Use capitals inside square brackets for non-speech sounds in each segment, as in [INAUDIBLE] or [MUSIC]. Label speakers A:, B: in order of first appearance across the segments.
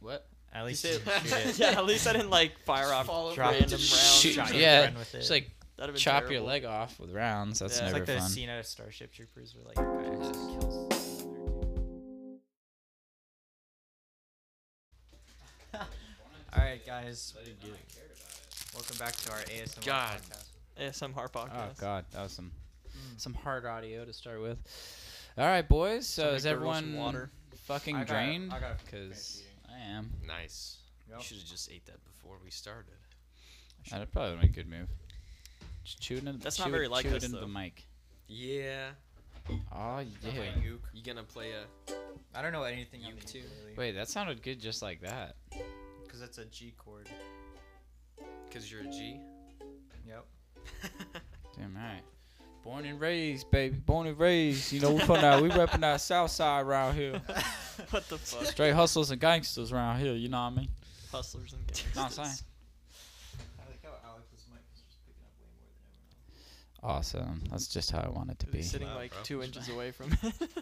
A: What?
B: At least
A: say-
B: you can shoot [LAUGHS] it.
C: [LAUGHS] yeah, at least I didn't like fire off
A: follow
C: random
B: it.
C: rounds.
A: Shoot.
B: Shot your
A: Yeah,
B: friend with
A: Just
B: it.
A: like
C: That'd have been
A: chop your
C: terrible.
A: leg off with rounds. That's
C: Yeah.
B: It's
A: never
B: like the
A: fun.
B: scene out of Starship Troopers where like the guy actually kills. [LAUGHS] All right, guys. Welcome back to our ASMR
D: God.
B: podcast.
C: ASMR
A: Oh
C: podcast.
A: god, that was some
B: Mm.
A: some hard audio to start with. All right, boys. So
C: Somebody
A: is
C: gurgle some
A: everyone
C: water.
A: fucking
B: I got-
A: drained?
B: I got a
A: Because
B: fancy
A: I am.
D: Nice.
B: Yep.
D: You should have just ate that before we started.
A: That'd probably been a good move. Just chew it in,
C: That's
A: chew
C: not
A: it-
C: very like
A: chew it
C: us,
A: into
C: though.
A: the mic.
D: Yeah.
A: Oh yeah.
D: You gonna play a?
B: I don't know anything on the
D: Uke too.
B: ukulele
A: Wait, that sounded good just like that.
B: because it's a G chord.
D: Cause you're a G.
B: Yep.
A: Damn right. Born and raised, baby. Born and raised. You know, we from that. We repping that South Side around here.
C: [LAUGHS] What the fuck?
A: Straight hustlers and gangsters around here. You know what I mean?
C: Hustlers and gangsters.
A: No, I'm saying.
B: I like how Alex's mic is just picking up way more than everyone else.
A: Awesome. That's just how I want it to be.
C: He's sitting
D: Wow,
C: like
D: bro.
C: two inches away from it.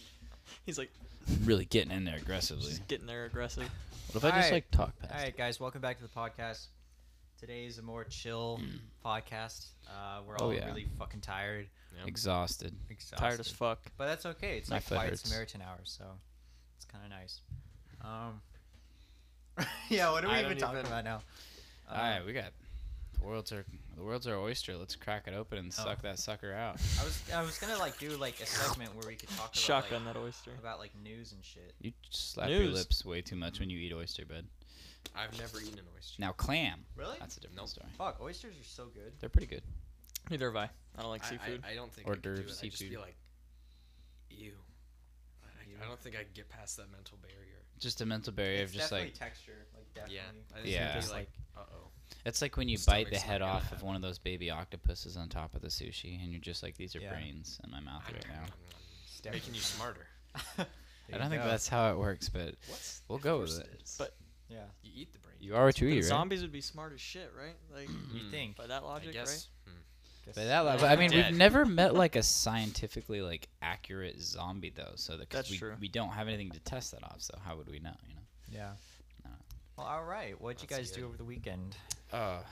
C: [LAUGHS] He's like
A: Really getting in there aggressively.
C: just getting there aggressive.
A: What if I just
B: Alright.
A: like talk past?
B: All right, guys. Welcome back to the podcast. Today is a more chill podcast. Uh, we're
A: Oh,
B: all
A: yeah.
B: really fucking tired,
D: Yeah.
A: Exhausted.
B: exhausted.
C: Tired as fuck.
B: But that's okay. It's
A: My
B: like
A: foot
B: quiet
A: hurts.
B: Samaritan hour, so it's kind of nice. Um, [LAUGHS] yeah, what are we
D: I
B: even
D: don't
B: talking
D: even-
B: about now? Uh,
A: All right, we got the world's our the world's our oyster. Let's crack it open and
B: Oh.
A: suck that sucker out.
B: I was I was gonna like do like a segment where we could talk about
C: Shotgun
B: like,
C: that oyster.
B: about like news and shit.
A: You slap your
C: News.
A: lips way too much when you eat oyster, bud.
D: I've never eaten an oyster.
A: Now clam.
B: Really?
A: That's a different
D: Nope.
A: story.
B: Fuck, oysters are so good.
A: They're pretty good.
C: Neither have I. I don't like
D: I-
C: seafood.
D: I, I, don't think
A: Hors
D: I could do it.
A: d'oeuvres,
D: I just
A: seafood.
D: feel like, ew. I, I don't think I could get past that mental barrier.
A: Just a mental barrier
B: it's
A: of just
B: definitely
A: like
B: texture, like definitely.
D: Yeah. I
A: Yeah.
D: Just
A: Just
B: [LAUGHS]
D: like, uh oh.
A: it's like when you bite
D: stomach's
A: the
D: not
A: head
D: gonna
A: off of
D: happen.
A: one of those baby octopuses on top of the sushi, and you're just like, these are
B: Yeah.
A: brains in my mouth right now.
B: It's
D: Making you smarter.
B: [LAUGHS] There
A: I
B: you
A: don't think
B: go.
A: that's how it works, but
D: What?
A: we'll
D: Of
A: go
D: course
A: with it.
D: is.
C: But-
B: Yeah.
D: you eat the brain.
A: You are what you
C: But
A: eat, right?
C: Zombies would be smart as shit, right? Like
D: Hmm.
B: You think?
C: by that
D: I
C: logic, right?
D: guess. Hmm.
A: By that level,
C: Yeah.
A: I mean
D: Dead.
A: we've never met like a scientifically like accurate zombie though, so that 'cause
C: That's
A: we
C: true.
A: we don't have anything to test that off. So how would we know? You know.
B: Yeah.
A: No.
B: Well, all right. What'd you
D: That's
B: guys do
D: good.
B: over the weekend?
A: Uh,
B: I
A: Where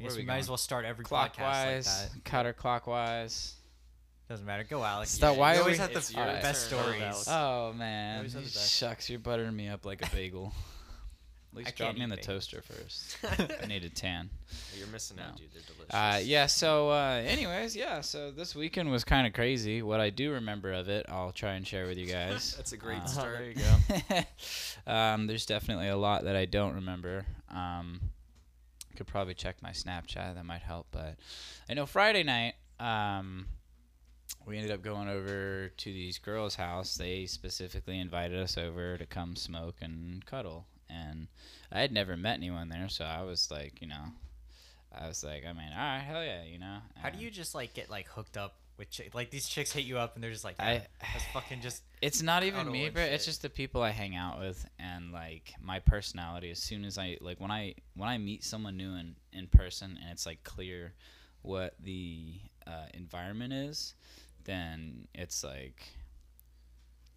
B: guess
A: are
B: we,
A: we
B: might as
A: going?
B: well start every podcast
A: clockwise,
B: like that.
A: counterclockwise.
B: Doesn't matter. Go, Alex.
A: Stop- why
B: you
A: are
B: always
A: we-
B: have the
D: It's your
B: f- best
C: turn.
B: stories.
C: Alex.
A: Oh man,
C: always have
A: you
C: the best.
A: shucks, you're buttering me up like a bagel. At least drop
B: can't
A: me in
B: eat
A: the
B: bagels.
A: toaster
C: [LAUGHS]
A: first.
C: Uh-huh,
A: I need a tan.
D: You're missing
A: No.
D: out, dude. They're delicious.
A: Uh,
D: [LAUGHS]
A: yeah. So, uh, anyways, yeah. So this weekend was kind of crazy. What I do remember of it, I'll try and share with you guys.
D: That's a great
A: Uh,
D: start.
C: there you
A: [LAUGHS]
C: go.
A: um, there's definitely a lot that I don't remember. Um, could probably check my Snapchat. That might help. But I know Friday night, um, we ended up going over to these girls' house. They specifically invited us over to come smoke and cuddle. And I had never met anyone there, so I was like, you know, I was like, I mean, all right, hell yeah, you know.
B: How do
A: And
B: you just like get like hooked up with chick like these chicks hit you up and they're just like, yeah,
A: I-
B: let's fucking
A: [SIGHS]
B: just
A: It's not
D: don't
A: even
D: know
A: me,
D: what
A: bro. It's
D: shit.
A: just the people I hang out with and like my personality. As soon as I like when I when I meet someone new in in person and it's like clear what the uh, environment is, then it's like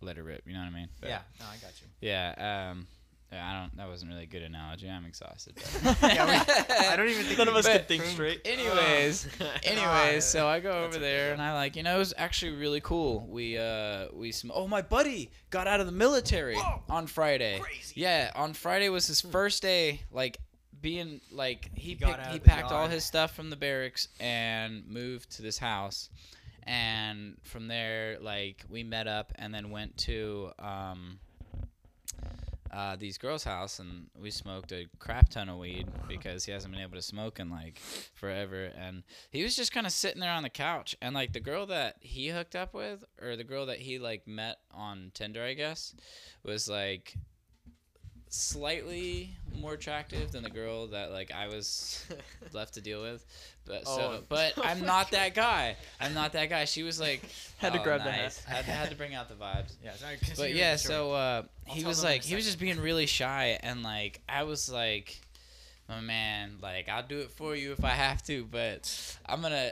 A: let it rip. You know what I mean? But-
B: yeah. No, I got you.
A: Yeah. Um. yeah, I don't. That wasn't really a good analogy. I'm exhausted. but-
B: [LAUGHS] yeah, we, I don't even think
C: None
B: we-
C: of us
A: But-
C: can think straight.
A: Anyways, [LAUGHS]
B: Ah,
A: anyways, so I go
D: That's
A: over
D: okay,
A: there
D: yeah.
A: and I like, you know, it was actually really cool. We uh we sm- oh my buddy got out of the military on Friday. Yeah, on Friday was his first day like being like he
B: Hmm. He got
A: picked,
B: out
A: he
B: of the
A: packed all
B: yard.
A: his stuff from the barracks and moved to this house. And from there like we met up and then went to um uh, these girls' house, and we smoked a crap ton of weed because he hasn't been able to smoke in like forever. And he was just kind of sitting there on the couch, and like the girl that he hooked up with, or the girl that he like met on Tinder, I guess, was like slightly more attractive than the girl that like I
C: [LAUGHS]
A: was left to deal with. But so,
C: Oh.
A: but I'm not that guy. I'm not that guy. She was like
C: [LAUGHS] Had to
A: "Oh,
C: grab the
A: nice."
C: hat.
A: Had, had to bring out the vibes
B: Yeah, sorry,
A: but
B: continue
A: yeah,
B: with the story.
A: so uh,
B: I'll
A: he
B: tell
A: was
B: them in a
A: like he was just being really shy, and like I was like, my man, like I'll do it for you if I have to, but I'm gonna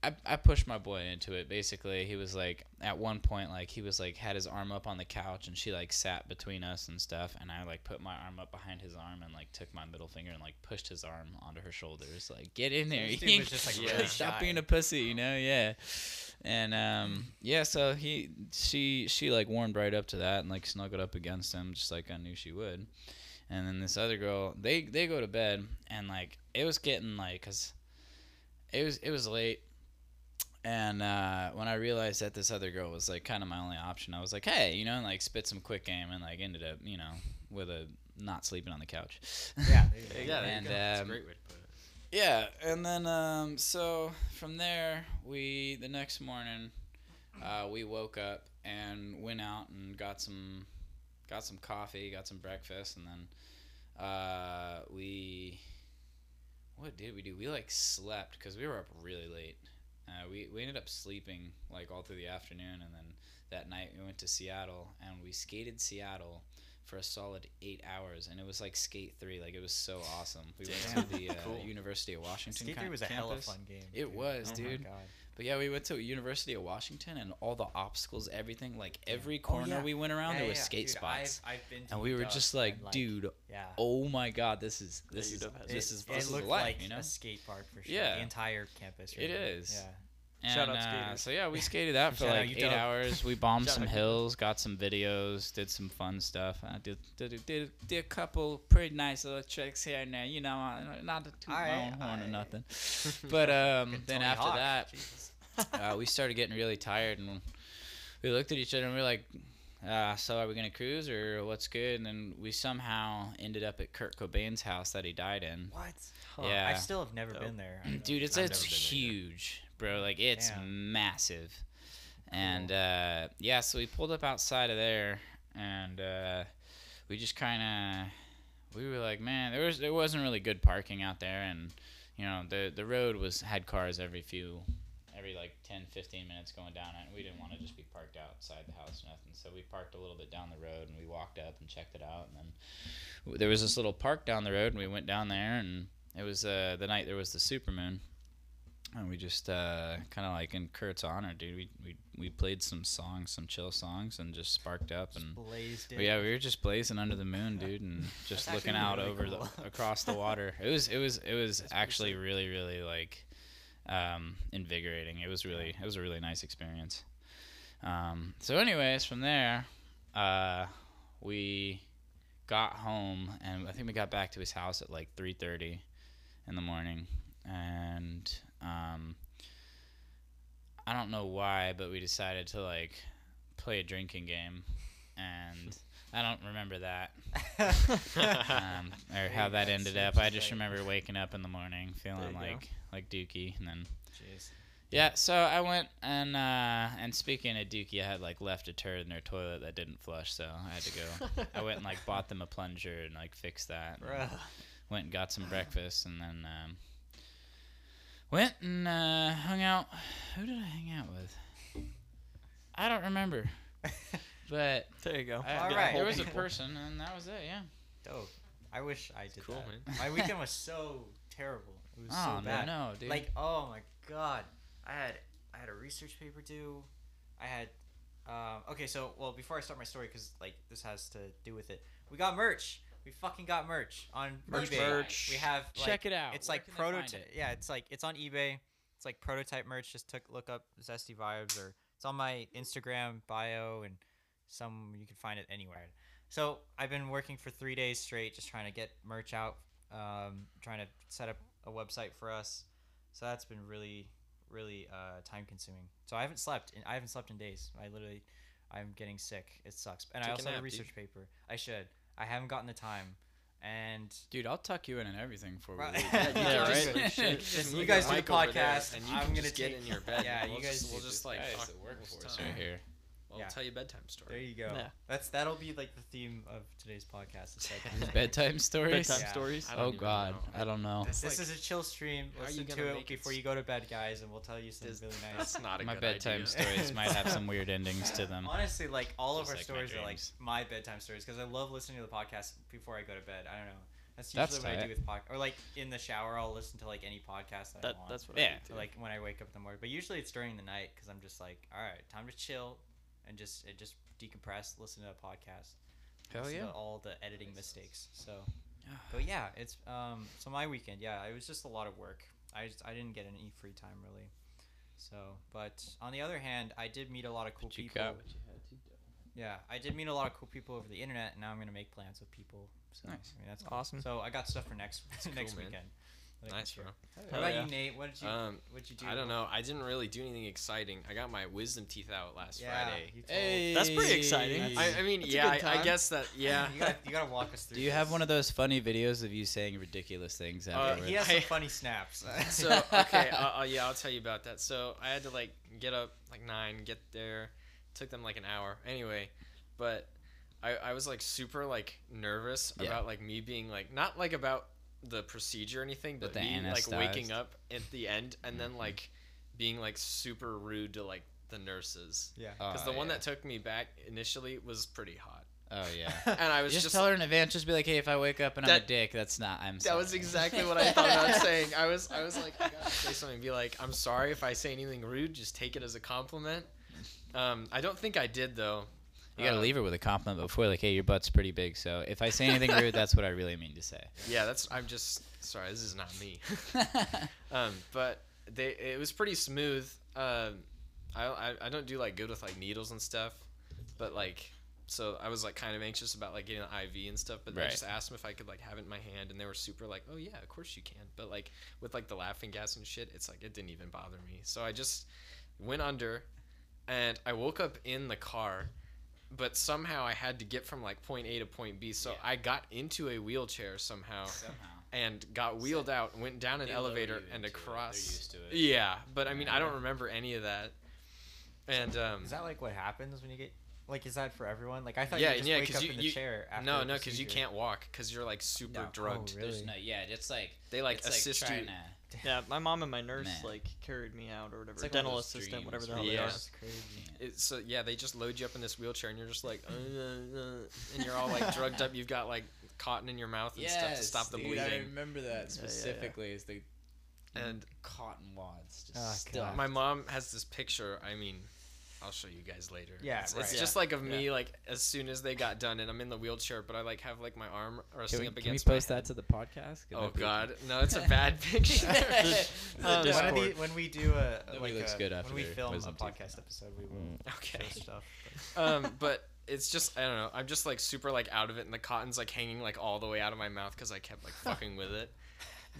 A: I, I pushed my boy into it basically he was like at one point like he was like had his arm up on the couch and she like sat between us and stuff and i like put my arm up behind his arm and like took my middle finger and like pushed his arm onto her shoulders like get in there
B: This dude was just,
A: [LAUGHS]
B: like,
A: Yeah.
B: really
A: stop
B: shy. Oh.
A: being a pussy you know yeah and um yeah so he she she like warmed right up to that and like snuggled up against him just like i knew she would and then this other girl they they go to bed and like it was getting like because it was it was late and uh, when i realized that this other girl was like kind of my only option i was like hey you know and like spit some quick game and like ended up you know with a not sleeping on the couch
B: Yeah. there you go.
D: Yeah, there
A: And,
D: you go. That's a
A: um,
D: great way to put it.
A: [LAUGHS] yeah, and then um, so from there, we the next morning, uh, we woke up and went out and got some, got some coffee, got some breakfast, and then uh, we, what did we do? We like slept because we were up really late. Uh, we we ended up sleeping like all through the afternoon, and then that night we went to Seattle and we skated Seattle. For a solid eight hours, and it was like skate three, like it was so awesome. We went to
B: Damn.
A: the uh,
B: [LAUGHS] Cool.
A: University of Washington.
B: Skate Three
A: cam-
B: was a hell of
A: campus.
B: fun game.
A: It was,
B: Oh my
A: dude.
B: God.
A: But yeah, we went to University of Washington, and all the obstacles, everything, like every
B: Oh,
A: corner
B: yeah.
A: we went around,
B: Yeah,
A: there
B: yeah,
A: was
B: yeah.
A: skate
B: Dude,
A: spots,
B: I've, I've been to
A: and we were
B: UW
A: just like,
B: and,
A: dude,
B: Yeah.
A: oh my god, this is this
C: Yeah,
A: is
C: UW has
A: this
B: It-
A: is this
B: it
A: is
B: looked
A: life,
B: like
A: you know.
B: a skate park for sure.
A: Yeah.
B: The entire campus.
A: It
B: really.
A: is.
B: Yeah.
C: Shout out
A: And, uh,
C: skaters.
A: so yeah,
B: [LAUGHS]
A: we skated out for
B: Shout out
A: like eight
B: UW.
A: hours.
B: [LAUGHS]
A: We bombed
C: Shout
A: some
C: out UW.
A: hills, got some videos, did some fun stuff. I did did, did did a couple pretty nice little tricks here and there. You know, I- not to toot my
B: Aight,
A: own horn or
B: aight. [LAUGHS]
A: nothing. But um,
B: Fucking
A: then
B: Tony
A: after
B: Hawk,
A: that,
B: Jesus.
A: uh, we started getting really tired and we looked at each other and we were like uh, so are we gonna cruise or what's good and then we somehow ended up at kurt cobain's house that he died in
B: What?
A: Yeah.
B: I still have never
C: Dope.
B: been there.
A: [CLEARS THROAT]
B: I don't
A: dude
B: know.
A: it's
D: I've
A: it's
D: never been there either.
A: huge bro like it's
B: Damn.
A: massive and uh, yeah so we pulled up outside of there and uh, we just kind of we were like man there was there wasn't really good parking out there and you know the the road was had cars every few every like 10 15 minutes going down it and we didn't want to just be parked outside the house or nothing so we parked a little bit down the road and we walked up and checked it out and then w- there was this little park down the road and we went down there and it was uh, the night there was the supermoon and we just uh, kind of like in kurt's honor dude we, we we played some songs some chill songs and just sparked up [CLEARS THROAT] and
B: blazed
A: but yeah, we were just blazing under the moon, dude, and just
B: That's
A: looking
B: actually
A: out
B: really
A: over
B: cool. [LAUGHS]
A: the across the water. It was it was it was
C: That's pretty
A: actually really really like um, invigorating. It was really it was a really nice experience. Um, so, anyways, from there, uh, we got home, and I think we got back to his house at like three thirty in the morning, and um, I don't know why, but we decided to like play a drinking game, and I don't remember that
B: [LAUGHS]
D: [LAUGHS]
A: [LAUGHS] um, or how
B: Yeah,
A: that
B: so
A: ended up.
B: it's
A: I just
B: just like-
A: remember waking up in the morning
C: There
A: feeling
C: you go.
A: like like dookie, and then
B: Jeez.
A: yeah. So I went and uh, and speaking of dookie, I had like left a turd in their toilet that didn't flush, so I had to go. I went and
B: [LAUGHS]
C: [LAUGHS]
A: like bought them a plunger and like fixed that. and
B: Bruh.
A: Went and got some breakfast, and then um, went and uh, hung out. Who did I hang out with? I don't remember,
B: [LAUGHS]
A: but
C: There you go.
A: I,
B: All
A: there-
B: right.
A: there
C: [LAUGHS]
A: was a
B: people.
A: person, and that was it. Yeah.
B: Dope. I wish I did
D: cool,
B: that.
D: man.
B: My weekend was so terrible. It was
A: Oh
B: so bad.
A: no, dude.
B: Like, oh my god, I had I had a research paper due. I had, um, okay, so well before I start my story, because like this has to do with it, we got merch. We fucking got merch on
C: Merch,
B: eBay.
C: merch.
B: We have like,
A: Check it out.
B: It's
A: Where
B: like
A: can they find
B: prototype.
A: it?
B: Yeah, it's like it's on eBay. It's like prototype merch. Just took look up Zesty Vibes or it's on my Instagram bio and some you can find it anywhere. So I've been working for three days straight, just trying to get merch out, um, trying to set up a website for us. So that's been really, really uh, time consuming. So I haven't slept. In, I haven't slept in days. I literally, I'm getting sick. It sucks. And I
D: Take a
B: also have a
D: nap, dude.
B: research paper. I should. I haven't gotten the time. And
A: Dude, I'll tuck you in and everything for
B: Right.
D: [LAUGHS]
A: you.
B: Yeah, you
D: [LAUGHS] Yeah,
B: can
D: right?
B: just-
D: You
B: Shit.
D: can
B: Just-
D: move
B: you
D: your
B: guys do the
D: mic over there,
B: podcast.
D: And you
B: I'm
D: can
B: gonna
D: just get
B: take-
D: in your bed.
B: Yeah,
D: and we'll
B: you guys
D: Just, we'll
B: do
D: just
B: this.
D: like
A: Guys,
D: talk
A: the
D: this
A: workforce
D: time.
A: right here.
D: Well,
B: Yeah.
D: tell you a bedtime
B: there
D: story.
B: you go.
C: Yeah.
B: That's that'll be like the theme of today's podcast. It's
A: [LAUGHS]
B: like-
A: Bedtime stories.
C: Bedtime
B: Yeah.
C: stories.
D: I don't
A: Oh
D: even
A: God,
D: know.
A: I don't know.
D: That's
B: This
D: like-
B: is a chill stream.
D: How are you
B: Listen
D: gonna
B: to it
D: make it
B: before
D: s-
B: you go to bed, guys, and we'll tell you something
D: Does-
B: really
A: [LAUGHS]
B: nice.
D: That's not a
A: My
D: good
A: bedtime
D: idea. [LAUGHS]
A: stories might have some weird endings to them.
B: Honestly, like all of
A: Just
B: our
A: like my
B: stories are like
A: dreams.
B: my bedtime stories because I love listening to the podcast before I go to bed. I don't know. That's usually
A: That's
B: what I
A: tight.
B: do with podcast. Or like in the shower, I'll listen to like any podcast that,
C: That,
B: I want.
C: that's what I
A: Yeah.
C: do,
B: So,
C: too.
B: like when I wake up in the morning. But usually it's during the night because I'm just like, all right, time to chill, and just and just decompress, listen to a podcast.
A: Hell
B: listen to
A: yeah.
B: all the editing mistakes. So, but yeah, it's um. So my weekend, yeah, it was just a lot of work. I just I didn't get any free time really. So, but on the other hand, I did meet a lot of cool
A: you
B: people.
A: got?
B: Yeah, I did meet a lot of cool people over the internet, and now I'm gonna make plans with people. So,
A: Nice.
B: I mean, that's
C: Awesome.
B: So I got stuff for next [LAUGHS] next
D: cool, man.
B: weekend. that I can
D: Nice,
B: share.
D: bro.
B: How
C: Oh,
B: about
C: yeah.
B: you, Nate? What did you
D: Um,
B: What did you do?
D: I don't know. I didn't really do anything exciting. I got my wisdom teeth out last
B: Yeah,
D: Friday.
B: you told-
C: That's pretty exciting.
A: Hey.
D: I, I mean,
C: That's a
D: yeah,
C: good
D: I, I
C: time.
D: guess that, yeah.
B: You gotta, you gotta walk
D: [LAUGHS]
B: us through.
A: Do you have
B: this.
A: one of those funny videos of you saying ridiculous things
D: Uh,
A: afterwards?
B: He has some
D: I-
B: funny snaps.
D: [LAUGHS] so
B: [LAUGHS]
D: okay, uh, uh, yeah, I'll tell you about that. So I had to like get up like nine, get there. Took them like an hour. Anyway, but I, I was like super like nervous
A: Yeah.
D: about like me being like not like about the procedure or anything,
A: But the
D: but, me like waking
A: anesthetized. Mm-hmm.
D: up at the end and then like being like super rude to like the nurses.
B: yeah.
D: [LAUGHS] Because the
A: Oh,
D: one
A: yeah.
D: that took me back initially was pretty hot,
A: Oh yeah.
D: and [LAUGHS] I was
A: Just,
D: just,
A: tell her in advance. Just be like, hey, if I wake up and I'm a
D: That-
A: dick, that's not. I'm.
D: That was
A: sorry."
D: exactly
A: [LAUGHS]
D: what I thought about saying. I was, I was like, I gotta say something. Be like, I'm sorry if I say anything rude. Just take it as a compliment. Um, I don't think I did though.
A: You gotta
D: Uh,
A: leave her with a compliment before, like, hey, your butt's pretty big. So if I say anything rude, that's what I really mean to [LAUGHS] say.
D: Yeah, that's. I'm just sorry. This is not me. [LAUGHS] um, but they, it was pretty smooth. Um, I, I, I don't do like good with like needles and stuff, but like, so I was like kind of anxious about like getting an IV and stuff. But I
A: Right.
D: just asked them if I could like have it in my hand, and they were super like, oh yeah, of course you can. But like with like the laughing gas and shit, it's like it didn't even bother me. So I just went under, and I woke up in the car. But somehow I had to get from like point A to point B, so
A: Yeah.
D: I got into a wheelchair somehow
A: Somehow.
D: and got wheeled out, went down an
A: They lower
D: elevator
A: you
D: and
A: into it. They're
D: across.
A: used to it.
D: Yeah, but I mean, I
A: Yeah.
D: don't remember any of that. And um,
B: Is that like what happens when you get like? Is that for everyone? Like I thought.
D: Yeah,
B: you just
D: yeah,
B: Wake
D: 'cause
B: up
D: you-
B: in the
D: you-
B: chair. After
D: no,
B: the
D: no, because you
B: procedure.
D: can't walk because you're like super
A: No. Oh,
D: drugged.
B: really?
A: There's no, yeah, it's like
D: They like
A: it's
D: assist
A: like
D: you.
A: trying to.
C: Yeah, my mom and my nurse
A: Man.
C: like carried me out or
A: like
C: whatever.
A: one of
C: Dental
A: those
C: assistant,
A: dreams
C: whatever the
A: where
C: hell
D: you
C: they are.
D: Yeah.
B: That's crazy.
D: It's, so yeah, they just load you up in this wheelchair and you're just like, uh, uh, uh, and you're
A: [LAUGHS]
D: all like drugged up. You've got like cotton in your mouth and stuff to stop the bleeding.
A: remember that
C: Yeah, yeah, yeah.
A: Is the
D: And
A: cotton wads just
B: Oh, God.
D: my mom has this picture. I mean. I'll show you guys later.
B: Yeah,
D: it's,
B: right.
D: it's just like of me, like as soon as they got done, and I'm in the wheelchair, but I like have like my arm resting
A: Can we,
D: up
A: can we
D: against my
A: post
D: head.
A: that to the podcast? Can
D: Oh
A: that be-
D: God, no! [LAUGHS] It's a bad picture. [LAUGHS]
C: Um,
B: One
C: Discord.
B: of the, when we do a
A: Nobody
B: like
A: looks
B: a,
A: good after
B: when we
A: their
B: film a
A: wisdom teeth
B: podcast episode, we will
D: okay.
B: show stuff. but-
D: Um, but it's just I don't know. I'm just like super like out of it, and the cotton's like hanging like all the way out of my mouth because I kept like fucking with it.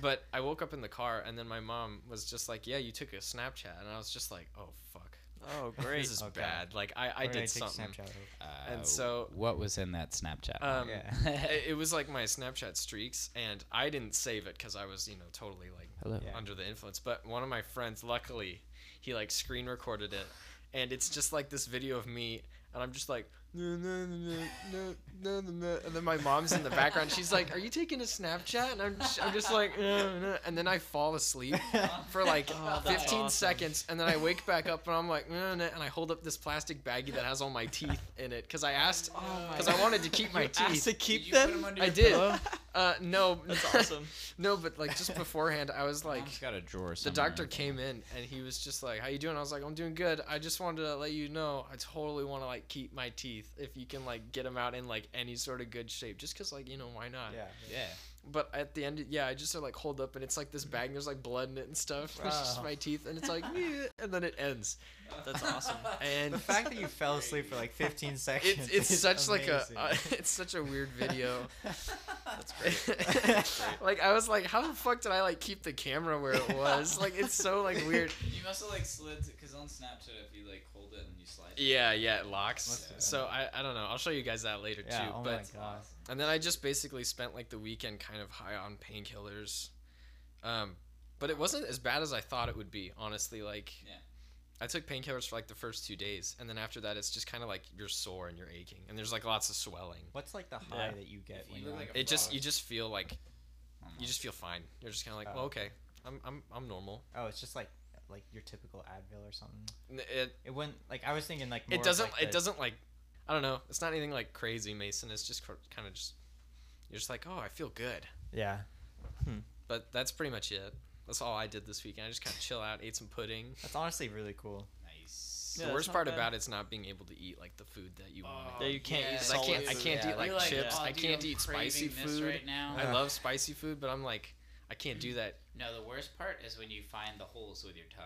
D: But I woke up in the car, and then my mom was just like, "Yeah, you took a Snapchat," and I was just like, "Oh fuck, [LAUGHS]
C: Oh, great.
D: this is
B: Okay.
D: bad." Like I [LAUGHS] I
B: We're gonna
D: did
B: take
D: something.
B: Snapchat of-
A: Uh,
D: And so-
A: what was in that Snapchat?
D: Um,
B: Yeah.
D: [LAUGHS] [LAUGHS] it, it was like my Snapchat streaks, and I didn't save it because I was you know totally like
A: Hello.
B: Yeah.
D: under the influence. But one of my friends, luckily, he like screen recorded it, and it's just like this video of me, and I'm just like, "No, no, no, no, no, no, no," and then my mom's in the background. She's like, "Are you taking a Snapchat?" And I'm just, I'm just like, "No, no," and then I fall asleep [LAUGHS] for
B: [LAUGHS]
C: [LAUGHS]
D: like uh,
C: Oh, that's
D: 15
C: awesome.
D: seconds, and then I wake back up, and I'm like, "No, no," and I hold up this plastic baggie that has all my teeth in it because I asked
C: Oh
D: because I wanted to keep my
C: Asked
D: teeth.
C: to keep
A: you put
C: them.
A: them under
D: I
A: your
D: did.
C: pillow?
D: Uh, no,
C: That's awesome.
D: [LAUGHS]
C: Uh-huh.
D: no, but like just beforehand, I was like,
A: got a drawer.
D: the doctor came in and he was just like, "How you doing?" I was like, "I'm doing good. I just wanted to let you know I totally want to like keep my teeth if you can like get them out in like any sort of good shape, just cause like you know why not."
B: Yeah.
A: Yeah.
D: But at the end, yeah, I just sort of like hold up and it's like this bag. and There's like blood in it and stuff. [LAUGHS] It's
B: Wow.
D: just my teeth and it's like,
B: [LAUGHS]
D: "Meh," and then it ends.
C: That's awesome.
D: And
B: The fact that you fell asleep for like 15 seconds.
D: it's it's
B: is
D: such like
B: amazing.
D: a uh, [LAUGHS] it's such
B: [LAUGHS]
D: a weird video. [LAUGHS]
A: That's
D: like I was like, how the fuck did I like keep the camera where it was? Like it's so like weird.
A: [LAUGHS] You must have like slid because on Snapchat, if you like hold it and you slide.
D: Yeah, yeah, it locks.
A: Must- yeah.
D: So I, I don't know. I'll show you guys that later
B: yeah,
D: too.
B: oh
D: but
B: my god.
D: and then I just basically spent like the weekend kind of high on painkillers. Um but it wasn't as bad as I thought it would be, honestly. Like
A: Yeah.
D: I took painkillers for like the first two days and then after that it's just kinda like you're sore and you're aching and there's like lots of swelling.
B: What's like the high
C: Yeah.
B: that you get
A: If
B: when
A: you
B: you're
A: look
B: on-
A: like a-
D: It just
A: Wrong.
D: you just feel like you just feel fine. You're just kinda like,
B: Oh.
D: Well, okay. I'm I'm I'm normal.
B: Oh, it's just like like your typical Advil or something.
D: N- It
B: It wouldn't like I was thinking like more
D: it
B: of,
D: doesn't
B: like,
D: it
B: the-
D: doesn't like I don't know. It's not anything like crazy, Mason. It's just kind of just You're just like, oh, I feel good.
B: Yeah.
D: But that's pretty much it. That's all I did this weekend. I just kind of chill out, ate some pudding.
B: That's honestly really cool.
A: Nice.
C: Yeah,
D: the
C: that's
D: worst
C: not
D: part
C: bad. Oh.
D: about it's not being able to eat like the food that you
A: Oh,
D: want.
C: Yeah, you can't eat
D: I
C: solid
D: can't. I
C: food.
D: can't
C: Yeah,
D: eat like
A: you're
D: chips.
A: "Oh,
D: I
A: dude,
D: can't
A: I'm
D: eat spicy
A: craving this
D: food
A: right now.
D: I
B: Yeah.
D: love spicy food, but I'm like, I can't do that.
A: No, the worst part is when you find the holes with your tongue.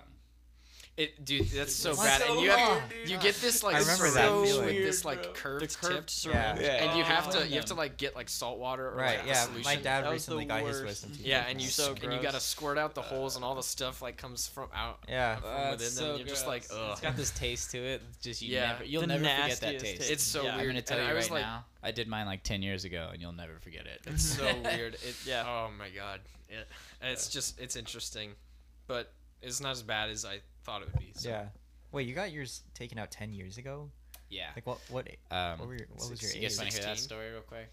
D: It, dude, that's so
A: It's
D: bad.
A: so
D: and you have,
A: wrong,
D: to-
A: dude.
D: you get
A: [LAUGHS]
D: this like
B: I remember that
D: syringe
B: feeling.
D: with this
C: Weird,
D: like
C: bro.
D: curved,
C: the curved
D: tip,
B: Yeah.
C: syringe.
B: Yeah.
D: and you
A: Oh,
D: have
A: I
D: to
A: love
D: you have to
A: them.
D: like get like salt water or
B: Right,
D: like, a
B: yeah. My
D: solution.
B: dad
C: That was
B: recently
C: the
B: got his
C: worst.
B: wisdom teeth.
D: Yeah, and you
C: So
D: s- and you gotta
C: gross.
D: squirt out the holes and all the stuff like comes from out
B: [LAUGHS] Yeah.
D: from
A: Uh,
D: within
A: it's
D: them.
A: so
D: You're just like,
A: gross.
D: ugh.
A: It's got this taste to it. that's Just you
D: Yeah.
A: never, you'll
C: The
A: never forget that
C: nastiest
A: taste.
C: taste.
D: It's so
C: Yeah. I'm
A: I'm
D: weird.
A: gonna tell
D: and
A: you
D: I
A: right
D: was like,
A: now. I did mine like ten years ago, and you'll never forget it.
D: It's [LAUGHS] so
A: [LAUGHS]
D: weird. It,
C: Yeah.
D: Oh my god. It, it's just it's interesting, but it's not as bad as I thought it would be. So.
B: Yeah. Wait, you got yours taken out ten years ago?
A: Yeah.
B: Like what? What?
A: Um,
B: What, were your, what was your
A: you
B: age?
A: guys want to hear that
D: 16?
A: story real quick?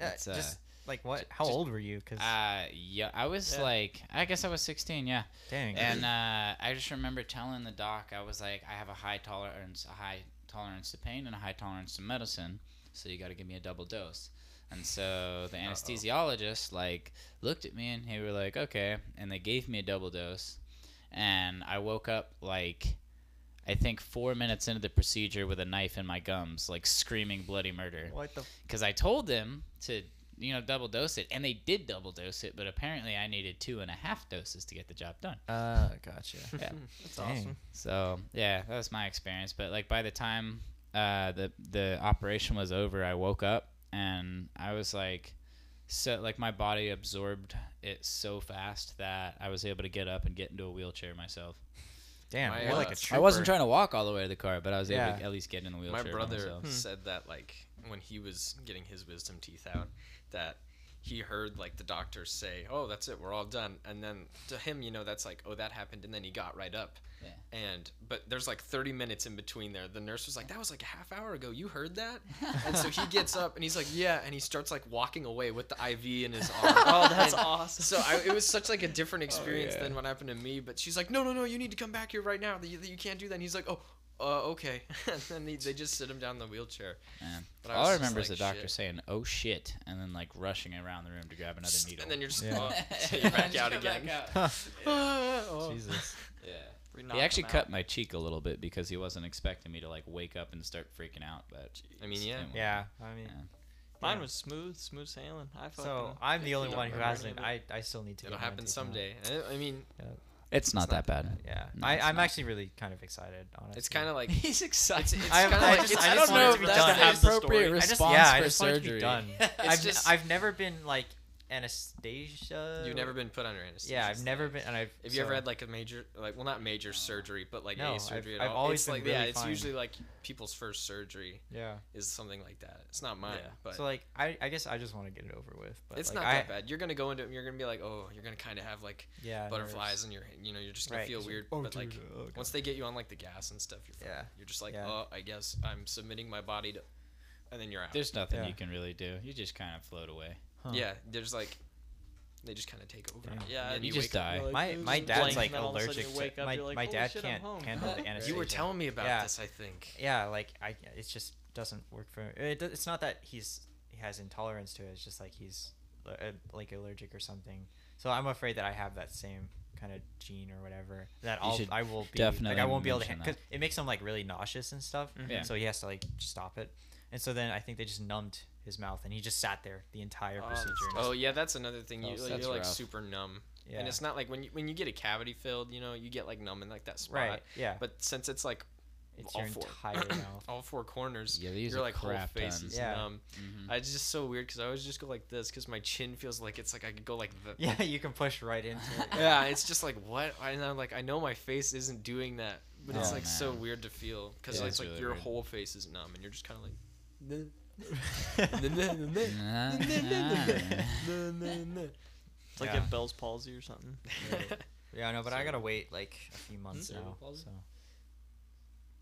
B: Yeah,
A: It's, uh,
B: just like what?
A: ju-
B: How
A: just-
B: old were you? Cause
D: Ah,
A: Uh, yeah, I was
C: Yeah.
A: like, I guess I was 16, yeah.
B: dang.
A: And uh, I just remember telling the doc, I was like, I have a high tolerance, a high tolerance to pain, and a high tolerance to medicine, so you got to give me a double dose. And so the anesthesiologist like looked at me and he were like, okay, and they gave me a double dose, and I woke up like. I think four minutes into the procedure with a knife in my gums, like screaming bloody murder
B: what the?
A: because I told them to you know double dose it, and they did double dose it, but apparently I needed two and a half doses to get the job done.
B: Uh, gotcha.
A: Yeah.
B: [LAUGHS]
C: That's
B: Dang.
C: awesome.
A: So yeah, that was my experience. But like by the time uh, the the operation was over, I woke up and I was like, so like my body absorbed it so fast that I was able to get up and get into a wheelchair myself.
B: Damn,
D: My,
B: you're
D: uh,
B: like a
D: I
B: trooper.
A: I wasn't trying to walk all the way to the car, but I was able
B: Yeah.
A: to at least get in the
D: My
A: wheelchair. by
D: brother
A: myself.
D: said that like when he was getting his wisdom teeth out, that he heard like the doctors say, "Oh, that's it, we're all done," and then to him, you know, that's like, "Oh, that happened," and then he got right up.
A: Yeah.
D: And but there's like 30 minutes in between there. The nurse was like, "That was like a half hour ago. You heard that?" [LAUGHS] and so he
A: [LAUGHS]
D: gets up and he's like, "Yeah," and he starts like walking away with the IV
A: [LAUGHS]
D: in his arm.
C: Oh, that's
D: And-
C: awesome.
D: So I, it was such like a
B: Oh,
D: different experience
A: yeah.
D: than what happened to me. But she's like, no, no, no, you need to come back here right now. You, you can't do that. And he's like, oh, uh, okay. [LAUGHS] and then they, they just sit him down in the wheelchair.
A: Man.
D: But I
A: All I,
D: was just
A: remember is the
D: like,
A: doctor
D: "Shit."
A: saying "oh shit" and then like rushing around the room to grab another needle.
D: And then you're just
B: Yeah.
A: [LAUGHS]
D: oh, so you're back
A: Just
D: out
A: go
D: again.
A: back out.
B: Huh.
C: [LAUGHS]
D: Ah, [LAUGHS] oh. [LAUGHS]
B: Jesus.
A: yeah.
C: We
A: He
C: knocked
A: actually
C: him out.
A: cut my cheek a little bit because he wasn't expecting me to like wake up and start freaking out. But
D: I mean,
A: it's
D: yeah.
A: him.
B: Yeah, I mean,
A: Yeah.
C: Mine
B: Yeah.
C: was smooth, smooth sailing. I fucking.
B: so I'm the only
C: don't
B: one who
C: remember
B: hasn't.
C: any
B: I, I still need to.
D: It'll
B: get mine
D: happen
B: taken out.
D: someday. I, I mean,
A: it's not
D: not
A: that bad. [LAUGHS]
B: Yeah,
A: No,
B: I,
A: it's
B: I'm
A: not.
B: actually really kind of excited. Honestly,
D: it's kind of
A: [LAUGHS]
D: like
A: He's excited.
D: it's
B: I-
D: kinda
B: I
D: like-
B: just-
D: it's-
B: I
D: I
B: just
D: don't
B: want it
D: know
B: to
D: if
B: be
D: that's
B: done.
D: the
B: That's
C: the
A: appropriate
B: I
C: story. I
B: just
A: response
B: yeah, I
A: for
B: just want it to
A: surgery.
B: be done. I've,
D: just-
B: I've never been like anesthesia.
D: You've never been put under anesthesia.
B: Yeah, I've
D: so-
B: never been, and I've.
D: Have you ever
B: so-
D: had like a major, like well, not major surgery, but like
B: No,
D: a
B: I've-
D: surgery at
B: I've
D: all?
B: always
D: it's
B: been
D: like yeah,
B: really
D: it's
B: fine.
D: usually like people's first surgery
B: Yeah.
D: is something like that. It's not mine,
C: Yeah.
D: but
B: so like, I, I guess I just want to get it over with. But
D: it's
B: like,
D: not
B: I,
D: that bad. You're gonna go into it. and You're gonna be like, oh, you're gonna kind of have like
B: Yeah. nerves.
D: butterflies in your, you know, you're just gonna
B: Right,
D: feel
B: it's like,
D: weird.
B: "Oh,
D: but like
B: dude, oh, God."
D: once they get you on like the gas and stuff, you're fine.
B: Yeah.
D: You're just like,
B: Yeah.
D: oh, I guess I'm submitting my body to, and then you're out.
A: There's nothing
B: Yeah.
A: you can really do. You just kind of float away.
B: Huh.
D: Yeah, there's like, they just kind of take over.
B: Damn.
C: Yeah,
D: and then
A: You just
D: wake up.
A: die.
C: Like,
B: My
C: it was
B: my
C: just
B: dad's
C: blank,
B: like
C: and then all of a sudden
B: allergic
C: you
B: to
C: wake up,
B: my
C: you're like,
B: my
C: "Holy
B: dad
C: shit, I'm
B: can't
C: home." [LAUGHS]
B: handle the
C: You
B: anesthesia.
D: [LAUGHS] You were telling me about
B: Yeah.
D: this, I think.
B: Yeah, like I, it just doesn't work for. It, do- it's not that he's he has intolerance to it. It's just like he's uh, uh, like allergic or something. So I'm afraid that I have that same kind of gene or whatever that
A: You
B: I'll
A: should
B: I will be like
A: definitely
B: I won't be able to
A: mention
B: because
A: that. Mm-hmm.
B: it makes him like really nauseous and stuff.
C: Mhm.
A: Yeah.
B: So he has to like stop it. And so then I think they just numbed his mouth and he just sat there the entire
C: Oh,
B: procedure. and
D: Oh
B: just-
D: yeah, that's another thing. You,
A: Oh,
D: like,
A: that's
D: you're like
A: rough.
D: super numb,
B: yeah.
D: and it's not like when you when you get a cavity filled, you know, you get like numb in like that spot.
B: right. Yeah.
D: But since it's like
B: it's
D: all
B: your
D: four. [COUGHS]
B: entire mouth.
D: all four corners,
A: Yeah, they use
D: your
A: a
D: like whole
A: crap
D: face
A: ton.
D: is
B: Yeah.
D: numb.
A: Mhm.
D: I, it's just so weird because I always just go like this because my chin feels like it's like I could go like the.
A: [LAUGHS]
B: Yeah, you can push right into it.
D: yeah, it's just like what, and I'm like, I know my face isn't doing that, but it's
A: Oh,
D: like so
A: man.
D: weird to feel because
A: Yeah,
D: it's
A: it's
D: like
A: really
D: your
A: weird.
D: whole face is numb, and you're just kind of like.
B: [LAUGHS]
C: It's like
B: Yeah.
C: a Bell's palsy or something.
D: [LAUGHS]
B: Yeah, I know, but I gotta wait like a few months
D: Mm-hmm.
C: Cerebral
B: now.
C: palsy?
B: So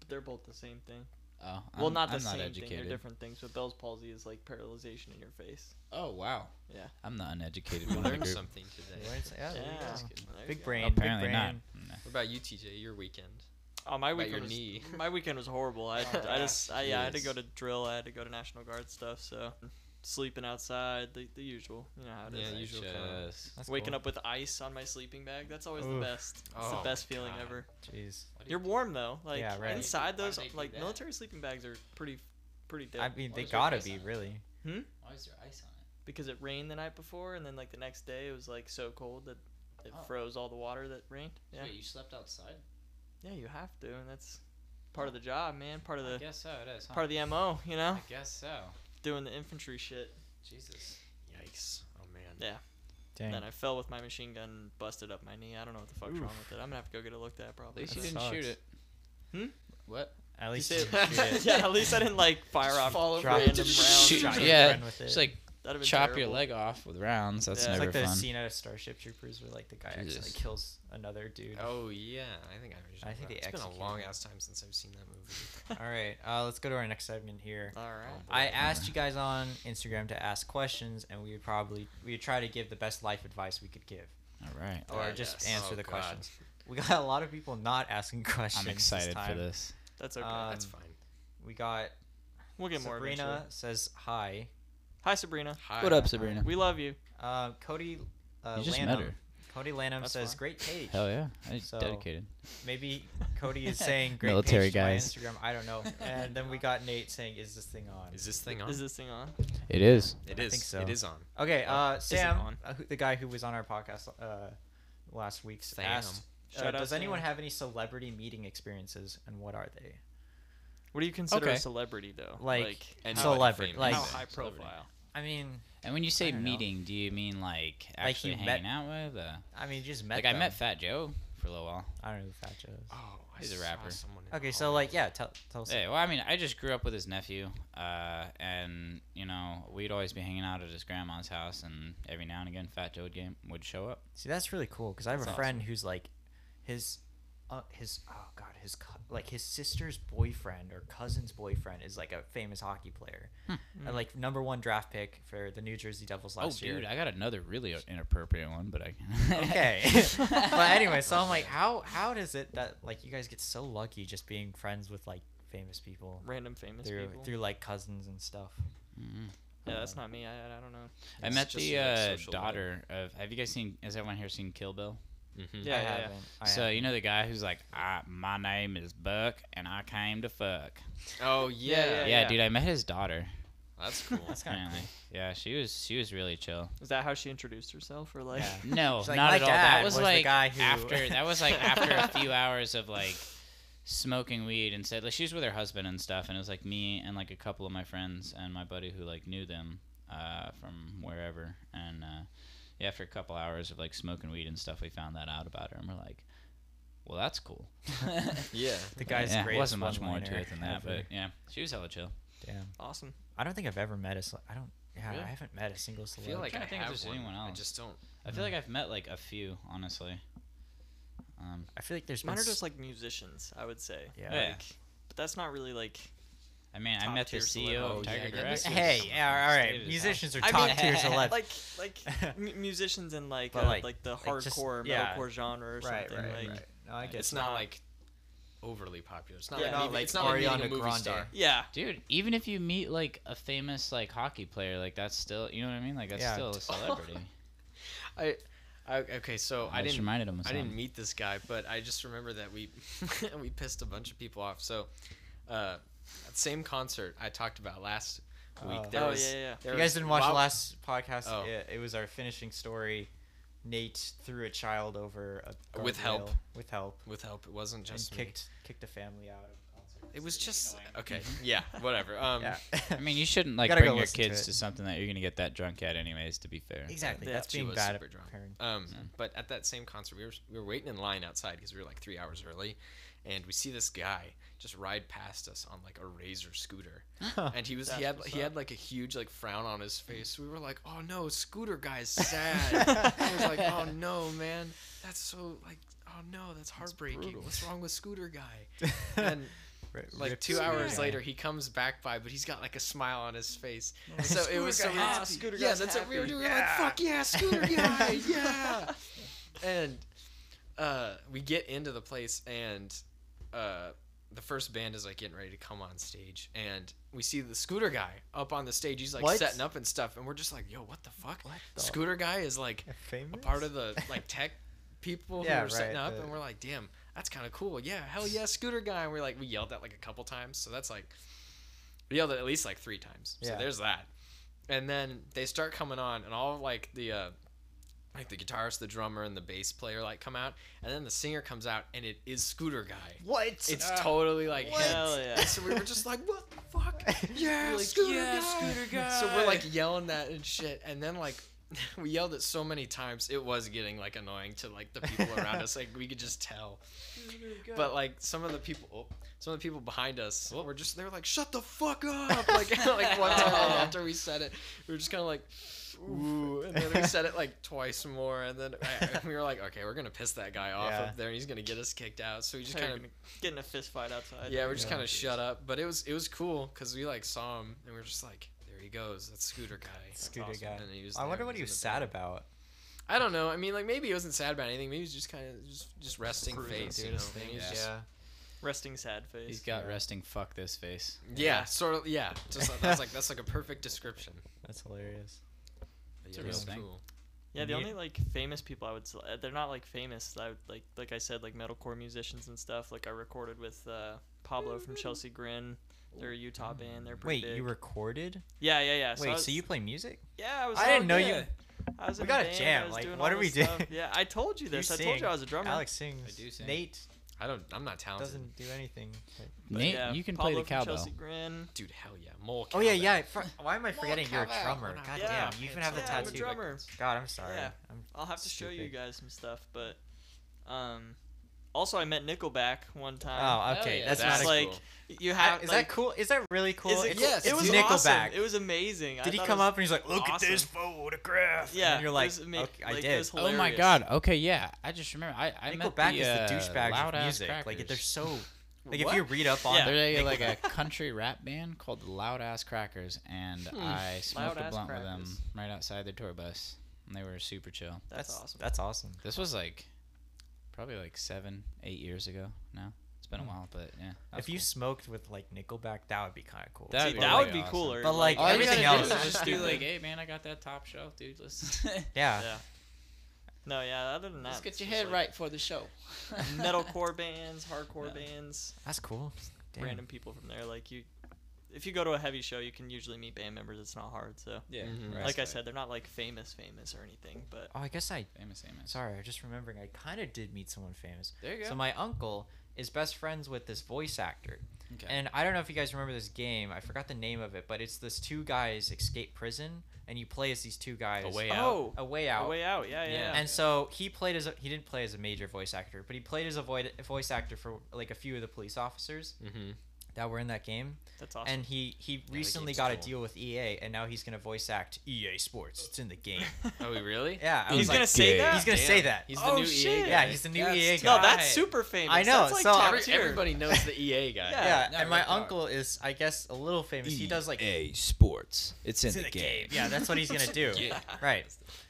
C: But they're both the same thing.
A: oh,
C: well,
A: I'm-
C: not the
A: I'm
C: same thing.
A: educated.
C: They're different things. But Bell's palsy is like paralyzation in your face.
A: Oh wow.
C: Yeah.
A: I'm the uneducated
D: we
A: one in the
D: learned
A: group.
D: something today.
B: Learn some- yeah, there you
C: Yeah.
B: go.
C: There you
B: Big
C: go.
B: brain,
A: Apparently
B: big
A: not.
B: brain.
A: No.
D: What about you, TJ? Your weekend?
C: Oh, [LAUGHS] my
D: About
C: weekend
D: your
C: was
D: knee.
C: my weekend was horrible. I,
B: Oh,
C: I just I, yeah, I had to go
D: jeez.
C: to drill. I had to go to National Guard stuff. So sleeping outside, the, the usual. You know how it is.
D: Yeah, usual kinda-
A: Just-
B: That's
C: Waking
B: cool.
C: up with ice on my sleeping bag. That's always the
B: Oof.
C: best. It's
D: Oh,
C: the best feeling
D: God.
C: ever.
B: Jeez.
C: You're warm though. Like
B: Yeah, right.
C: inside
A: Why do
C: those,
A: they do
C: like
A: that?
C: military sleeping bags are pretty, pretty dead
B: I mean,
A: Why
B: they
A: is your
B: gotta
A: face
B: be
A: on?
B: really.
A: Why is there ice on it?
C: because it rained the night before, and then like the next day it was like so cold that it
A: Oh.
C: froze all the water that rained. Yeah,
A: Wait, you slept outside?
C: yeah, you have to, and that's part of the job, man. Part of
A: Oh. I
C: the
A: guess so. It is. Huh?
C: part of the mo. You know,
A: I guess so.
C: doing the infantry shit.
A: Jesus.
D: Yikes! Oh man.
C: Yeah.
B: Dang.
C: Then I fell with my machine gun, and busted up my knee. I don't know what the fuck's wrong
B: Oof.
C: with it. I'm gonna have to go get it looked at
A: At
C: probably.
A: least
B: That
A: you didn't shoot it.
B: sucks.
C: Hmm?
A: What?
B: At least
C: You [LAUGHS]
B: you
C: said-
B: didn't shoot it.
C: yeah, at least I didn't like fire off.
D: fall
C: random
B: over it.
C: rounds.
B: Just
A: shoot.
B: Shot your
A: Yeah,
B: friend with it.
A: Just like
C: That'd have been
A: chop your
C: [LAUGHS] terrible.
A: leg off with rounds. That's
C: Yeah.
B: It's
A: never
B: like the
A: fun.
B: scene out of Starship Troopers where like the guy
A: Jesus.
B: actually kills another dude.
D: Oh yeah, I think I. already
B: I
D: talked
B: think
D: about it.
B: they
D: It's been a
B: executed
D: long
B: him.
D: ass time since I've seen that movie.
B: All right, uh, let's go to our next segment here.
C: All right.
B: I asked you guys on Instagram to ask questions, and we would probably we would try to give the best life advice we could give,
A: All right.
B: or
D: Ah,
B: just
D: yes.
B: [LAUGHS] answer
D: Oh,
B: the
D: God.
B: questions. We got [LAUGHS] a lot of people not asking questions.
A: I'm excited
B: this
A: for
B: time.
A: this.
C: That's okay.
B: Uh,
D: That's
B: Um,
D: fine.
B: We got
C: we'll get more.
B: Sabrina
C: eventually.
B: says hi.
C: Hi, Sabrina.
D: Hi.
A: What up, Sabrina?
C: We love you.
B: Uh, Cody uh,
A: you just
B: Lanham.
A: met her.
B: Cody Lanham
C: That's
B: says
C: fine.
B: great page.
A: Hell yeah. I
B: So-
A: dedicated.
B: Maybe Cody is saying great
A: Military
B: page to my
A: guys.
B: Instagram. I don't know. And then we got Nate saying, "Is this thing on?"
D: Is this thing on?
C: Is this thing on?
A: It is.
D: It
B: I
D: is.
B: think so.
D: It is on.
B: Okay,
D: Oh,
B: uh,
C: it
B: Sam,
C: on?
B: uh, who- the guy who was on our podcast uh, last week,
D: Sam.
B: asked, uh,
C: Shout out
B: "Does anyone
C: Sam.
B: have any celebrity meeting experiences, and what are they?"
C: What do you consider
A: Okay.
C: a celebrity though?
B: Like,
D: And
B: celebrity,
D: famous.
B: like
C: how high
D: Celebrity.
C: profile?
B: I mean,
A: And when you say
B: don't know.
A: meeting, do you mean like actually
B: you
A: hanging out with? Uh,
B: I mean, you just met.
A: like I met
B: them.
A: Fat Joe for a little while.
B: I don't know who Fat Joe is.
D: Oh, I
A: He's a
D: saw
A: rapper.
D: someone in
B: Okay,
D: the
B: so
D: hall.
B: like, yeah, tell tell us.
A: Yeah, well, I mean, I just grew up with his nephew, uh, and you know, we'd always be hanging out at his grandma's house, and every now and again, Fat Joe would game would show up.
B: See, that's really cool because I have
A: That's
B: a
A: awesome.
B: friend who's like, his, uh, his oh god, his co- like his sister's boyfriend or cousin's boyfriend is like a famous hockey player,
C: Mm.
B: and like number one draft pick for the New Jersey Devils last
A: Hmm. oh,
B: year.
A: dude, I got another really inappropriate one, but I can. [LAUGHS]
B: okay. [LAUGHS] but anyway, so I'm like, how how does it that like you guys get so lucky just being friends with like famous people
C: Random famous
B: through
C: people.
B: through like cousins and stuff?
A: Mhm.
C: yeah, that's not me. I, I don't know.
A: I
D: It's
A: met
D: just
A: the
D: a, like,
A: uh,
D: social life.
A: daughter of. Have you guys seen? Has everyone here seen Kill Bill?
D: Mhm.
C: Yeah,
B: I
C: yeah, yeah.
B: haven't. I
A: so
B: haven't.
A: you know the guy who's like, I, my name is Buck, and I came to fuck.
D: Oh
C: yeah,
D: yeah.
A: yeah, dude, I met his daughter.
D: That's
B: [LAUGHS]
D: cool.
B: that's kind of
A: Apparently, yeah, she was she was really chill.
C: Is that how she introduced herself, or like?
B: Yeah.
A: No,
B: She's like,
A: not
B: "My
A: at all.
B: dad
A: That was,
B: was the
A: like
B: guy who-" [LAUGHS]
A: after that was like after a few hours of like smoking weed and said like she was with her husband and stuff, and it was like me and like a couple of my friends and my buddy who like knew them uh, from wherever, and uh, yeah, after a couple hours of like smoking weed and stuff, we found that out about her, and we're like, well, that's
B: [LAUGHS]
A: cool.
D: yeah.
B: the guy's
A: yeah,
B: great.
A: wasn't much more to it than that, but yeah, she was hella chill.
B: damn,
C: [LAUGHS] Awesome.
B: I don't think I've ever met a. Cel- I don't. Yeah,
D: Really?
B: I haven't met a single
D: I
B: celeb.
D: feel like
A: trying
D: I
A: to think if
D: have
A: there's
D: one.
A: anyone
D: I
A: else.
D: just don't.
A: I
B: Mm.
A: feel like I've met like a few, honestly. Um,
B: I feel like there's been
C: Mine are
B: s-
C: just like musicians, I would say.
B: yeah.
A: Yeah.
C: Like, but that's not really like.
A: I mean, I
C: Top
A: met the
C: tier
A: CEO
D: celeb.
A: of
D: Oh,
A: Tiger
D: yeah, yeah,
A: Direct.
D: this
B: Hey,
D: is-
B: yeah, all
A: Stayed at
B: right.
A: his
B: Musicians are
C: I
B: top [LAUGHS]
C: mean, [LAUGHS]
B: tier celeb.
C: Like like
B: [LAUGHS]
C: m- musicians in like
B: But,
C: uh,
B: like-
C: like, the
B: like, just-
C: hardcore
B: yeah.
C: metalcore genre or
B: right,
C: something.
B: right,
C: like
B: right. No, I guess
D: It's not like overly popular. It's not
C: Yeah.
D: like
C: Not
D: meeting-
B: like
D: it's not like meeting
B: Ariana
D: a movie
B: Grande.
D: star.
C: yeah.
A: Dude, even if you meet like a famous like hockey player, like that's still you know what I mean? Like that's
B: Yeah.
A: still a celebrity.
D: I, I okay. So Oh, I
A: just
D: didn't.
A: reminded him of
D: I
A: something.
D: didn't meet this guy, but I just remember that we [LAUGHS] we pissed a bunch of people off. So, uh, that same concert I talked about last week.
B: Oh.
D: There
C: oh
D: was,
C: yeah, yeah.
D: there
B: you guys
D: was
B: didn't watch the
D: Rob-
B: last podcast.
D: Oh.
B: It, it was our finishing story. Nate threw a child over a
D: With help.
B: guardrail With help.
D: with help. It wasn't just
B: and
D: me.
B: kicked kicked a family out of concert.
D: It was
B: It's
D: just
B: annoying.
D: okay. Yeah, whatever.
B: [LAUGHS]
D: Um, [LAUGHS]
B: yeah.
A: I mean, you shouldn't like
B: gotta
A: bring
B: go
A: your
B: listen to
A: kids
B: it.
A: to, something that you're gonna get that drunk at, anyways. To be fair,
B: exactly.
C: Yeah,
B: That's
D: she
B: being
D: was
B: bad
D: super
B: at
D: drunk.
B: parenting.
D: Um, but at that same concert, we were we were waiting in line outside because we were like three hours early, and we see this guy just ride past us on like a razor scooter, and he was he
C: That's
D: had
C: what's
D: he
C: up.
D: had like a huge like frown on his face. We were like, oh no, scooter guy's sad. I was like, oh no, man, that's so like, oh no, that's heartbreaking.
A: brutal.
D: What's wrong with
C: [LAUGHS]
D: scooter guy? [LAUGHS] And like two hours later, he comes back by, but he's got like a smile on his face. so it was so
C: guy
D: ah,
C: Oh, happy.
D: scooter
C: Yeah,
D: yeah,
C: that's
D: that's
C: what
D: what we were
C: happy.
D: doing.
B: Yeah.
D: Like fuck yeah,
C: [LAUGHS]
D: scooter guy, yeah. And uh, we get into the place, and uh, the first band is like getting ready to come on stage, and we see the scooter guy up on the stage. He's like
B: What?
D: setting up and stuff, and we're just like, "Yo, what the fuck?"
B: What the-
D: scooter guy is like
B: Famous?
D: a part of the like tech people
B: Yeah,
D: who were setting
B: right,
D: up,
B: the-
D: and we're like, "Damn, that's kind of cool." Yeah, hell yeah, scooter guy. And we're like, we yelled that like a couple times, so that's like we yelled it at least like three times. So
B: Yeah.
D: there's that. And then they start coming on, and all like the uh, like the guitarist, the drummer, and the bass player like come out, and then the singer comes out, and it is Scooter Guy.
B: What? Ah,
D: It's totally like
C: What? Hell
B: [LAUGHS]
C: yeah.
D: So we were just like, what the fuck? yeah,
B: We're like,
D: Scooter
B: "Yeah,
D: Guy.
B: Scooter Guy.
D: So we're like yelling that and shit, and then like. [LAUGHS] We yelled it so many times; it was getting like annoying to like the people around us. Like we could just tell. But like some of the people, oh, some of the people behind us were just they were like, "Shut the fuck up!" [LAUGHS] Like like one
B: [LAUGHS]
D: time like, after we said it, we were just kind of like, "Ooh," and then we said it like twice more, and then I- we were like, "Okay, we're gonna piss that guy off
B: Yeah.
D: up there, and he's gonna get us kicked out." So we just
C: Now you're
D: kind of
C: gonna get in a fist fight outside.
D: yeah, we're just
B: Yeah.
D: kind of shut up. But it was it was cool because we like saw him and we are just like, there he goes. That's Scooter Guy.
E: Scooter
D: awesome.
E: Guy.
D: And he was
E: I
D: there
E: wonder
D: and
E: what he
D: in
E: was
D: the
E: sad
D: band.
E: about.
D: I don't know. I mean, like maybe he wasn't sad about anything. Maybe he was just kind of just just resting
C: Cruising
D: face.
E: doing
D: You know?
E: his
D: and he
E: things,
D: was
E: yeah.
D: just-
C: Resting sad face.
A: He's got
E: Yeah.
A: resting fuck this face.
D: yeah. Sort of. Yeah. Just like, that's like that's like a perfect description.
E: That's hilarious.
D: But
A: It's
D: yeah,
A: a real
D: that's
A: thing.
D: cool.
C: Yeah, the
E: Yeah.
C: only like famous people I would s- uh, they're not like famous. that I would, like like I said like metalcore musicians and stuff. Like I recorded with uh, Pablo from Chelsea Grin. They're a Utah band. They're
E: Mm.
C: pretty
E: Wait,
C: big.
E: you recorded?
C: Yeah, yeah, yeah.
E: Wait, so
C: I was-
E: you play music?
C: Yeah, I was.
E: I didn't know
D: yeah.
E: you.
C: I was
E: we
C: in
E: got
C: a
E: a
C: band, I
E: jam,
C: was
E: like,
C: doing
E: what
C: all
E: are we
C: this stuff.
E: doing?
C: Yeah, I told you this. I told
E: sing.
C: you I was a drummer.
E: Alex sings.
A: do sing.
E: Nate
D: I don't. I'm not talented.
E: doesn't do anything. Like-
C: But
A: Nate,
C: yeah,
A: you can
C: Pablo
A: play the
C: from
A: cowbell.
C: Chelsea Grin.
D: Dude, hell yeah. Mole.
B: Oh yeah,
D: Calvin.
B: yeah. I For,
E: Why am I forgetting you're a
D: Calvin,
E: drummer?
D: when I
E: God
C: was
E: damn,
D: a
E: you even
D: kid.
E: have the
C: Yeah, I'm a
E: tattoo.
C: drummer.
E: God, I'm sorry.
C: Yeah.
E: I'm
C: I'll have to show you
E: stupid.
C: guys some stuff, but um, also I met Nickelback one time.
B: Oh,
D: Hell
B: okay.
D: yeah,
B: that's
C: It's
B: not
D: that's
B: a
D: cool.
C: like you have.
B: Is
C: like,
B: that cool? Is that really cool?
C: Is it,
B: It's-
C: cool?
D: yes,
C: it
B: it's
C: was
B: Nickelback.
C: awesome. It was amazing. I
B: Did he
C: thought it
B: come
C: was-
B: up and he's like, "Look at this
C: awesome.
B: photograph"?
C: Yeah,
B: and you're
C: it
B: like,
C: was ama-
B: "Okay, I
C: like, it
B: did."
C: was
A: Oh my
C: hilarious.
A: god. Okay, yeah. I just remember. I I met
B: Nickelback
A: the,
B: is the
A: uh,
B: douchebag of
A: loud-ass
B: music. Like
A: Crackers.
B: they're so. Like
D: What?
B: if you read up on,
C: Yeah.
A: They're a-
B: Nickelback-
A: like a country rap band called the Loud Ass Crackers, and I smoked a
C: Hmm. Loud Ass
A: blunt with them
C: Crackers.
A: right outside their tour bus, and they were super chill.
C: That's awesome.
B: That's awesome.
A: This was like probably like seven, eight years ago now. It's been a
B: Hmm.
A: while, but yeah. that was
B: If you
A: cool.
B: smoked with like Nickelback, that would be kind of cool.
A: That'd
C: See,
A: be
C: that
A: really
C: would be
A: awesome.
C: cooler.
B: But, like,
A: All you
B: everything
A: gotta do
B: else
A: is
B: is
A: just do
B: stupid.
A: like, hey man, I got that top shelf, dude. Let's [LAUGHS]
B: yeah.
C: yeah. No, yeah. Other than that,
A: let's get
C: it's
A: your
C: just,
A: head
C: like,
A: right for the show. [LAUGHS]
C: metalcore bands, hardcore
A: Yeah.
C: bands,
B: That's cool. Damn.
C: random people from there. Like you, if you go to a heavy show, you can usually meet band members. It's not hard. So,
A: Yeah.
D: Mhm.
A: right.
C: like I said, they're not like famous, famous or anything. But
B: Oh, I guess I.
A: famous, famous.
B: Sorry, I was just remembering. I kind of did meet someone famous.
A: There you go.
B: So my uncle is best friends with this voice actor,
A: okay.
B: and I don't know if you guys remember this game. I forgot the name of it, but it's this two guys escape prison, and you play as these two guys.
D: A way out.
C: oh,
B: A way out.
C: A way out. Yeah, yeah.
D: Yeah.
C: yeah.
B: And so he played as a, he didn't play as a major voice actor, but he played as a void, voice actor for like a few of the police officers
D: Mm-hmm.
B: that were in that game.
C: That's awesome.
B: And he he
D: the
B: recently
D: game's
B: got a
D: cool.
B: deal with EA, and now he's gonna voice act EA Sports. It's in the
C: [LAUGHS]
B: game.
D: Oh, we really?
B: Yeah, I
D: He's
B: was
C: gonna
B: like,
C: say
B: "Dang."
C: that?
B: He's gonna say
D: Damn,
B: that.
D: He's
C: Oh,
D: the new EA
C: shit.
D: guy.
B: yeah, he's the new
A: That's
B: EA
A: dope.
B: guy.
C: no, that's
A: Right.
C: super famous.
B: I know,
C: That's like
B: so-
C: top
D: Every-
C: tier.
D: everybody knows the EA guy.
B: Yeah,
C: Yeah.
A: No,
B: and my
A: real talk.
B: uncle is, I guess, a little famous. He does like
A: E a sports. It's in,
B: "It's in the game. Yeah, that's what he's gonna do.
D: Yeah.
B: Right.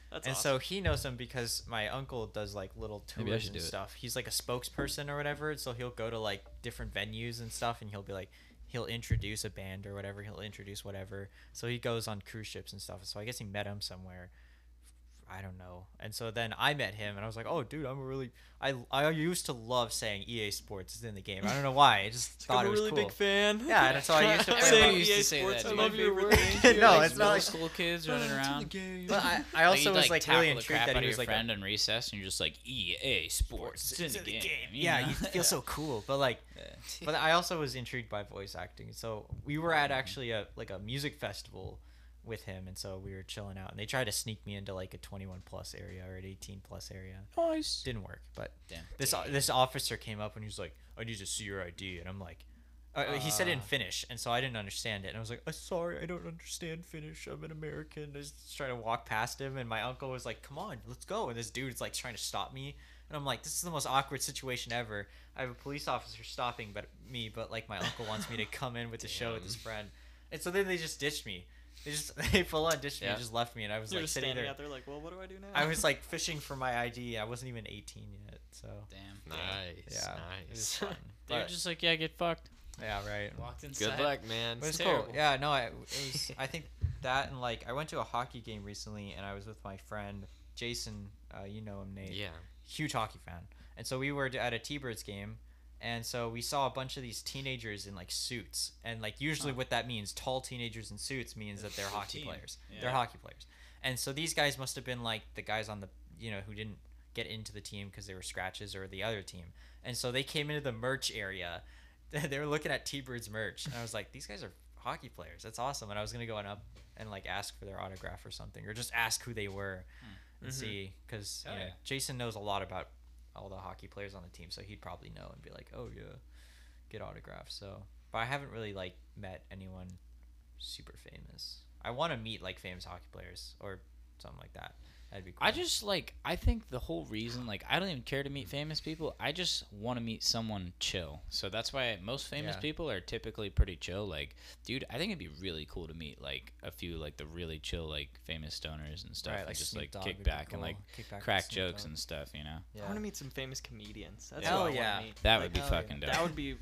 C: That's
B: and
C: awesome.
B: so he knows him because my uncle does like little
A: Maybe I
B: tours
A: should
B: and
A: do it.
B: stuff. He's like a spokesperson or whatever, so he'll go to like different venues and stuff, and he'll be like, he'll introduce a band or whatever. He'll introduce whatever. So he goes on cruise ships and stuff. So I guess he met him somewhere. I don't know. And so then I met him, and I was like, "Oh, dude, I'm a really I I used to love saying EA Sports is in the game. I don't know why. I just
C: I'm
B: thought
C: a
B: it was
C: really
B: cool.
C: big fan.
B: Yeah, that's all I used to play.
C: Say
D: Everybody
B: about-
D: used
C: EA
D: to say
C: Sports,
D: that,
C: I
D: dude.
C: love
D: Like,
C: your
D: we're-
B: [LAUGHS]
C: work.
B: no, it's not
A: middle
B: like.
A: school kids running around. [LAUGHS]
B: But I, I also
A: you'd,
B: was like really
A: tackle the crap
B: intrigued
A: out
B: that he
A: of
B: was
A: your
B: like a
A: friend in recess, and you're just like EA Sports. It's, in the game. you
B: Yeah,
A: know? [LAUGHS]
B: you feel so cool. But like, [LAUGHS] but I also was intrigued by voice acting. So we were at actually a like a music festival with him, and so we were chilling out, and they tried to sneak me into like a 21 plus area or an 18 plus area.
A: nice.
B: Didn't work. But
A: Damn.
B: this o this officer came up and he was like, "I need to see your ID," and I'm like. Uh, he said it in
A: Ah.
B: Finnish, and so I didn't understand it. And I was like, "I'm sorry, I don't understand Finnish. I'm an American." I was just trying to walk past him, and my uncle was like, "Come on, let's go!" And this dude's like trying to stop me, and I'm like, "This is the most awkward situation ever." I have a police officer stopping, but me, but like my uncle wants me
C: [LAUGHS]
B: to come in with the show with his friend, and so then they just ditched me. They just [LAUGHS] they full on ditched me,
D: Yeah.
B: and just left me, and I was
C: You're
B: like
C: just
B: sitting
C: standing
B: there.
C: out there like, well, what do I do now? [LAUGHS]
B: I was like fishing for my ID. I wasn't even 18 yet, so
A: Damn.
D: Nice.
B: yeah,
A: [LAUGHS]
B: it was
D: Nice.
B: fun.
A: They were
B: But-
A: just like, yeah, get fucked.
B: Yeah, right.
A: Walked inside.
D: Good luck, man.
B: It was
A: terrible.
B: cool. Yeah, no,
A: [LAUGHS]
B: I, it was. I think that and like I went to a hockey game recently, and I was with my friend Jason. Uh, you know him, Nate.
D: Yeah.
B: Huge hockey fan, and so we were d- at a T-Birds game, and so we saw a bunch of these teenagers in like suits, and like usually what that means, tall teenagers in suits means that they're hockey
A: 15,
B: players.
A: yeah.
B: They're hockey players, and so these guys must have been like the guys on the you know who didn't get into the team because they were scratches or the other team, and so they came into the merch area [LAUGHS] they were looking at T-Birds merch, and I was like, "These guys are hockey players. That's awesome." And I was gonna go on up and like ask for their autograph or something, or just ask who they were and
C: Mhm.
B: see, because
A: Hell Oh, yeah.
B: Jason knows a lot about all the hockey players on the team, so he'd probably know and be like, "Oh yeah, get autographs." So, but I haven't really like met anyone super famous. I want to meet like famous hockey players or something like that. That'd be cool.
A: I just like I think the whole reason like I don't even care to meet famous people. I just want to meet someone chill. So that's why most famous
B: Yeah.
A: people are typically pretty chill. Like, dude, I think it'd be really cool to meet like a few like the really chill like famous stoners and stuff
B: Right,
A: and
B: like
A: just
B: Snoop
A: like
B: Dogg would
A: kick
B: be
A: back
B: cool.
A: and like
B: Kick back with
A: crack
B: Snoop
A: jokes
B: Dogg.
A: and stuff, you know.
C: I
B: yeah.
C: want to meet some famous comedians. That's
A: Hell
C: what I
B: yeah.
C: want to meet.
A: That
C: Like,
A: would be
B: hell
A: fucking dope.
C: That would be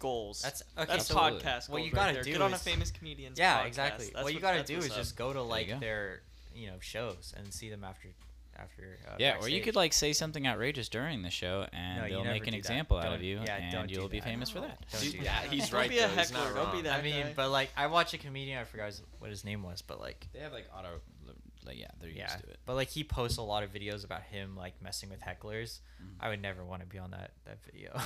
C: goals.
B: That's okay.
C: That's
B: so-
A: Absolutely.
C: podcast.
B: What you
C: goals right
B: gotta
C: there.
B: do
C: get on a
B: is-
C: famous comedian's
B: yeah,
C: podcast.
B: exactly.
C: That's
B: what you gotta
C: got to
B: do is just go to like
A: go.
B: their you know shows and see them after after. Uh,
A: Yeah, or you
B: backstage.
A: could like say something outrageous during the show, and
B: No, you
A: they'll
B: never
A: make an
B: do that.
A: example out
B: Don't-
A: of you,
B: yeah, don't
A: and
B: do
A: you'll be
B: that.
A: famous for that.
B: Don't
D: Dude,
B: do that.
D: He's
C: Don't
D: right.
C: be a
D: though. He's not
C: heckler. Don't be
D: wrong.
C: that
B: I mean,
C: guy.
B: but like I watch a comedian. I forgot his, what his name was, but like
A: They have like auto, like yeah, they're used
B: yeah,
A: to it.
B: but like he posts a lot of videos about him like messing with hecklers.
A: Mm-hmm.
B: I would never want to be on that that video.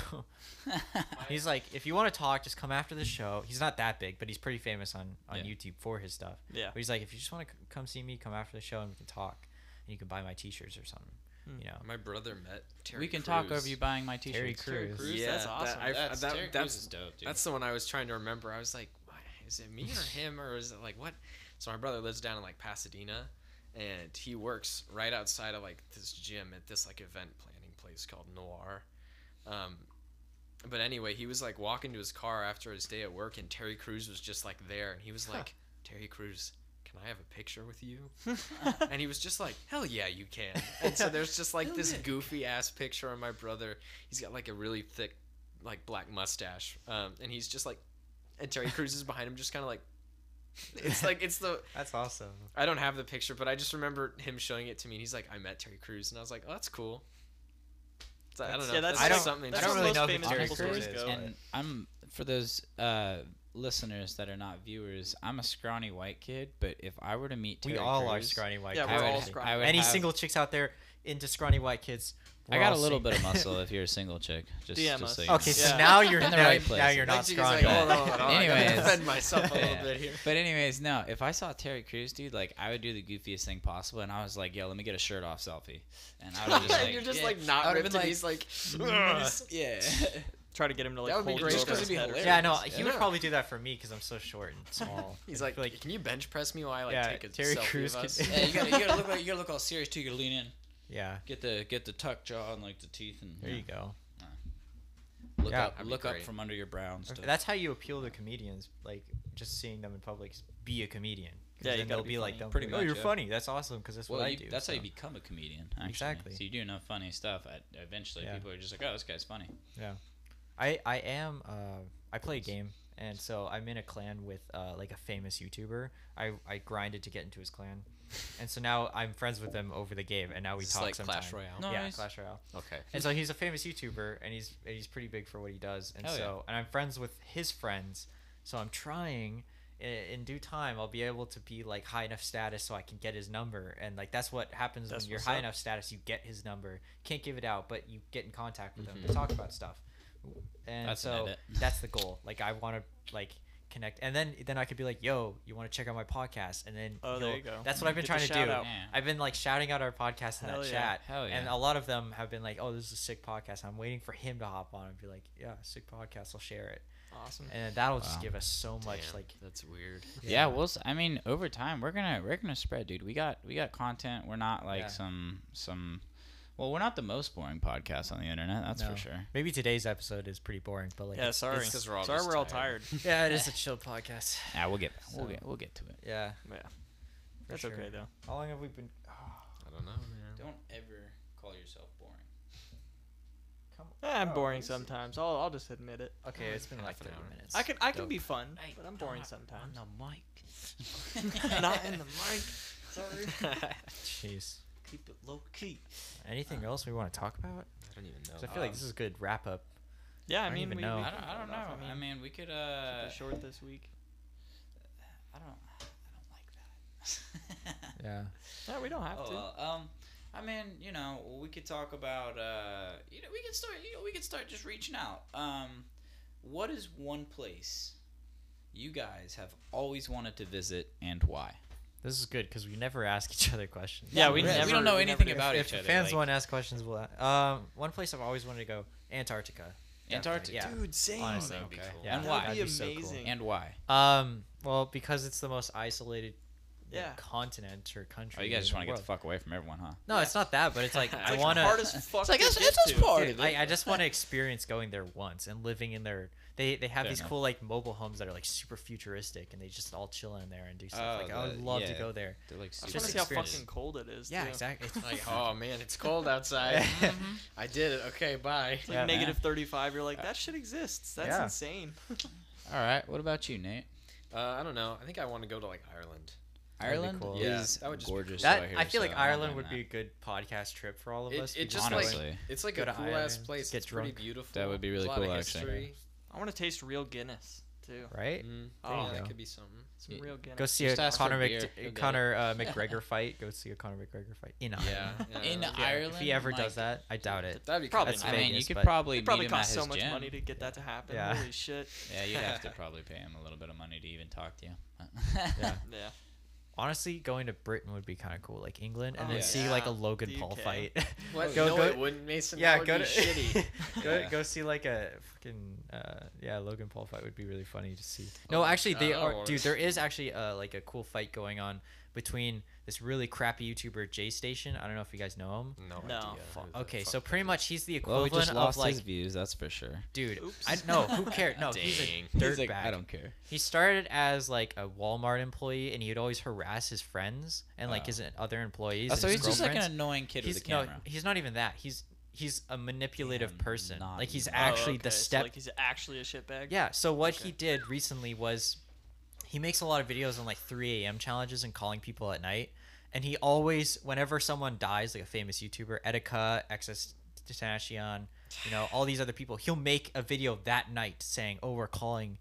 A: [LAUGHS]
B: he's like, if you want to talk, just come after the show. He's not that big, but he's pretty famous on
A: Yeah.
B: on YouTube for his stuff.
C: Yeah.
B: But he's like, if you just want to c- come see me, come after the show and we can talk, and you can buy my t-shirts or something.
C: Hmm.
B: You know.
D: My brother met Terry
A: we can talk
D: Crews.
A: over you buying my t-shirt.
B: Terry
A: Crews.
B: Crews.
C: Crews, that's
D: that-
C: awesome.
D: I-
A: That's,
D: that-
A: Terry
D: that's-
A: Crews is dope, dude.
D: That's the one I was trying to remember. I was like, what? is it me or him or is it like what? So my brother lives down in like Pasadena, and he works right outside of like this gym at this like event planning place called Noir. Um, but anyway, he was like walking to his car after his day at work, and Terry Crews was just like there, and he was like, Terry Crews. Can I have a picture with you? [LAUGHS] and he was just like, "Hell yeah, you can!" And so there's just like this goofy ass picture of my brother. He's got like a really thick like black mustache, um, and he's just like, and Terry Crews is behind him, just kind of like, it's like it's the
B: That's awesome.
D: I don't have the picture, but I just remember him showing it to me, and he's like, I met Terry Crews, and I was like, oh, that's cool. So, I don't know.
C: yeah, that's,
D: that's
B: I
C: like,
B: don't-
D: something.
C: that's
B: I don't
C: where
B: really
C: most
B: know who
C: famous
B: Terry
C: people
B: Crews
C: stories
B: is,
C: go.
B: but-
A: and I'm for those uh, listeners that are not viewers. I'm a scrawny white kid, but if I were to meet Terry
B: we all are
A: Crews,
B: scrawny white.
C: Yeah,
B: kids.
A: I
C: We're
A: would,
C: all
A: ha-
C: scrawny.
A: I would
B: Any
A: have-
B: single chicks out there into scrawny white kids?
A: I
B: we're
A: got a
B: all
A: little
B: single.
A: bit of
B: [LAUGHS]
A: muscle. If you're a single chick, just,
C: DM
A: just so
C: us.
A: you
B: okay,
A: know.
B: so
C: Yeah.
B: now
A: [LAUGHS]
B: you're
A: In the
B: now,
A: right
B: now
A: places.
B: you're
D: Like,
B: not
D: she's
B: scrawny.
D: like, hold on, hold on, I gotta
A: Anyways.
D: defend myself a
A: Yeah.
D: little bit here.
A: But anyways, no. If I saw Terry Crews, dude, like I would do the goofiest thing possible, and I was like, "Yo, let me get a shirt off selfie," and I
D: [LAUGHS]
A: would
D: And
A: just like,
D: you're just
A: yeah.
D: like
A: I
D: not
A: would've
D: ripped,
A: been
D: and he's like,
A: "Ugh." yeah.
C: Try to get him to like
D: That would be
C: hold
D: great
C: you
D: just
C: over
D: 'cause
C: his
D: it'd be
C: head or
B: Yeah,
D: hilarious.
B: no,
D: Yeah.
B: he would probably do that for me because I'm so short and small.
D: [LAUGHS] he's
B: I
D: like,
B: feel
D: can you bench press me while I like
B: Yeah,
D: take a
B: Terry
D: selfie
B: Crews
D: of
B: could-
D: [LAUGHS] us?
A: yeah, you gotta, you gotta [LAUGHS] look like you gotta look all serious too. You gotta lean in,
B: yeah.
A: get the get the tuck jaw and like the teeth, and
B: There you go.
A: look
B: Yeah,
A: up
D: that'd be
A: look up
D: great.
A: from under your brow and stuff.
B: That's how you appeal to comedians. Like just seeing them in public, is be a comedian. 'Cause
C: Yeah, you
B: then
C: gotta
B: they'll
C: be
B: be like,
C: funny.
B: they'll
A: Pretty
B: be like,
A: much,
B: oh, you're
A: yeah.
B: funny. That's awesome because that's
A: well,
B: what I
A: you-
B: do.
A: that's how you
B: so.
A: become a comedian. Actually.
B: Exactly.
A: So you do enough funny stuff. I, eventually,
B: Yeah.
A: people are just like, "Oh, this guy's funny."
B: I I am uh I play a game and so I'm in a clan with uh like a famous YouTuber. I I grinded to get into his clan. And so now I'm friends with him over the game and now we
D: It's
B: talk
D: like
B: sometime.
D: Clash Royale.
B: Yeah,
A: Nice.
B: Clash Royale.
D: Okay.
B: And so he's a famous YouTuber and he's and he's pretty big for what he does. And
A: Hell yeah.
B: so and I'm friends with his friends. So I'm trying i- in due time I'll be able to be like high enough status so I can get his number and like that's what happens
C: That's
B: when you're
C: what's
B: high
C: up.
B: enough status you get his number can't give it out but you get in contact with
C: Mm-hmm.
B: him to talk about stuff and
A: That's an
B: so
A: edit.
B: that's the goal like I want to like connect and then then I could be like yo you want to check out my podcast and then
C: Oh, there
B: he'll-
C: you go.
B: that's what I've been
C: Get
B: trying
C: the
B: to
C: shout
B: do
C: out.
A: Yeah.
B: I've been like shouting out our podcast in
C: Hell
B: that
C: yeah.
B: chat
A: Hell
B: and
A: yeah.
B: a lot of them have been like, "Oh, this is a sick podcast." I'm waiting for him to hop on and be like, "Yeah, sick podcast. I'll share it,"
C: Awesome.
B: and that'll
A: Wow.
B: just give us so much.
D: Damn,
B: Like,
D: that's weird.
A: yeah, well s- i mean over time we're gonna we're gonna spread dude we got we got content we're not like
B: Yeah.
A: some some well we're not the most boring podcast on the internet that's for
B: No.
A: sure
B: maybe today's episode is pretty boring, but like,
C: Yeah,
B: it's-
C: sorry.
D: 'cause we're all
C: sorry,
D: just
C: we're all
D: tired.
C: tired.
B: yeah,
C: [LAUGHS]
B: it is a chill podcast.
A: yeah Ah, we'll get we'll
B: So-
A: get we'll get to it
B: Yeah,
C: Yeah,
B: for
C: that's
B: sure.
C: okay though.
B: How long have we been? [SIGHS]
D: I don't know, man.
A: don't ever call yourself boring
B: Come
C: Eh, I'm
B: Oh,
C: boring
B: this is-
C: sometimes. I'll, I'll just admit it.
B: Okay, it's been like
D: half an
B: 30
D: hour.
B: minutes.
C: I can I can
D: Dope.
C: be fun,
A: Hey,
C: but I'm boring
A: not
C: sometimes.
A: On the
C: [LAUGHS]
A: mic.
C: Not in the mic.
A: Sorry.
C: [LAUGHS]
B: Jeez.
A: Keep it low key.
B: Anything
C: Uh.
B: else we want to talk about?
D: I don't even know.
B: 'Cause I feel like this is a good wrap up.
C: Yeah, I
B: don't
C: mean
B: even
C: we,
B: know.
C: we
A: I
C: can
A: don't, I
C: cut
A: don't
C: it off.
A: know. I mean, we could,
C: keep
A: uh,
C: it short this week.
A: I don't, I don't like that.
B: Yeah.
C: Yeah, we don't have
A: Oh
C: to.
A: well, um, I mean, you know, we could talk about, uh, you know, we could start, you know, we could start just reaching out. Um, what is one place you guys have always wanted to visit and why?
B: This is good because we never ask each other questions.
C: Yeah, we
A: really.
C: never.
A: we don't know
C: we
A: anything
C: never-
A: about
B: if
A: each other.
B: fans
A: like,
B: want to ask questions, we'll. a- Um, one place I've always wanted to go: Antarctica.
A: Antarctica.
B: yeah.
D: Dude, same.
B: Honestly.
D: that'd be
A: Okay.
D: Oh. cool.
B: Yeah,
A: And why?
B: that'd
C: That'd be
B: so cool.
C: amazing.
A: And why?
B: Um, well, because it's the most isolated like,
C: Yeah.
B: continent or country.
A: Oh, you guys
B: in
A: just want to get
B: world.
A: the fuck away from everyone, huh?
B: No, it's not that, but
A: [LAUGHS]
B: it's like I
C: It's
B: want
C: hard
B: to.
C: as fuck.
A: like,
C: to
A: it's-
C: get
A: it's just
C: to.
A: part
B: Dude,
A: of
B: I, I
A: it.
B: just want to experience going there once and living in their. They, they have
A: Fair
B: these
A: enough.
B: cool like mobile homes that are like super futuristic and they just all chill in there and do stuff.
A: Oh,
B: like I would
A: the-
B: love to
A: yeah.
B: go there.
A: They're [LAUGHS] like
C: I
B: Just
C: just want to see how
B: experience
C: fucking cold it is.
B: Yeah,
C: too.
B: exactly. It's [LAUGHS]
D: [LAUGHS] Like, oh man, it's cold outside.
A: Mhm.
D: I did it. Okay, bye.
C: It's like
B: Yeah,
C: negative
A: man.
C: 35. You're like, that shit exists. That's
B: Yeah.
C: insane.
A: [LAUGHS]
C: [LAUGHS]
A: All right. What about you, Nate?
D: Uh, I don't know. I think I want to go to like Ireland.
B: That'd be
A: Ireland
B: cool.
D: Yeah,
A: is
D: that would just be
A: gorgeous.
B: that.
A: so hear,
B: I feel
A: so
B: like
A: don't
B: Ireland
A: mind
B: would
A: that.
B: be a good podcast trip for all of
D: It-
B: us.
D: it
B: We
D: just, like-
B: go in-
A: honestly.
D: It's like
B: Go
D: a
B: to
D: cool ass
B: Ireland,
D: place.
B: get
D: it's
B: drunk.
D: pretty beautiful.
A: That would be really
D: a lot
A: cool,
D: of
A: actually.
D: history.
C: I want to taste real Guinness too.
B: right.
D: Mm,
C: There you
D: yeah, that
B: go.
D: could be something.
C: Some real Guinness.
B: Go see
A: Just
B: a
A: ask for
B: Conor,
A: beer. You'll get
B: Mc,
A: it.
B: Conor uh, McGregor fight. Go see a Conor McGregor fight
A: [LAUGHS]
B: in
D: Yeah,
B: Ireland.
D: yeah.
A: In
D: Yeah,
A: Ireland,
B: If he ever does
A: like,
B: that, I doubt it.
D: That'd be
C: Probably
D: cool.
B: That's
A: I
B: not.
A: mean, you
B: Vegas,
A: could
B: but-
A: probably
C: It probably
A: meet him at
C: costs so
A: his
C: much
A: gym.
C: money to get that to happen.
B: Yeah.
C: Holy shit.
A: Yeah, you'd have to probably pay him a little bit of money to even talk to you. [LAUGHS]
B: Yeah.
C: Yeah.
B: Honestly, going to Britain would be kind of cool, like England, and
C: Oh,
B: then
C: yeah.
B: see like a
C: Yeah.
B: Logan
C: The
B: Paul
C: UK.
B: fight. [LAUGHS]
D: What?
B: Go-
D: no,
B: go-
D: it wouldn't, Mason.
B: yeah,
D: that would
B: go
D: be
B: to
D: shitty.
B: [LAUGHS] go
A: Yeah.
B: go see like a fucking uh, yeah Logan Paul fight would be really funny to see. No, actually they
D: God, I
B: are
D: wanna
B: dude. There is actually uh, like a cool fight going on between this really crappy YouTuber J Station. I don't know if you guys know him.
D: No,
C: No.
D: idea.
B: Fu-
D: Who the
B: Okay,
D: fuck
B: so
D: [LAUGHS] that
B: pretty
D: is.
B: much he's the
A: Well, we
B: equivalent
A: just lost
B: of like
A: his views, that's for sure.
B: dude.
C: Oops.
B: I
A: [LAUGHS]
B: no, who cares? No, he's a
D: Dang.
B: dirtbag.
A: like, I don't care.
B: He started as like a Walmart employee, and he'd always harass his friends and like
A: Oh.
B: his other employees.
A: Oh,
B: and
A: so
B: his
A: he's just like an
B: girlfriends.
A: annoying kid
B: he's,
A: with a camera.
B: No, he's not even that. He's he's a manipulative
A: Damn,
B: person.
A: not
B: Like he's
A: even. Oh,
B: actually
C: oh, okay.
B: the
C: so,
B: step.
C: like he's actually a shitbag.
B: yeah. So what
C: Okay.
B: he did recently was he makes a lot of videos on like 3 a.m. challenges and calling people at night. And he always, whenever someone dies, like a famous YouTuber, Etika, Excess Tentacion, you know, all these other people, he'll make a video that night saying, "Oh, we're calling,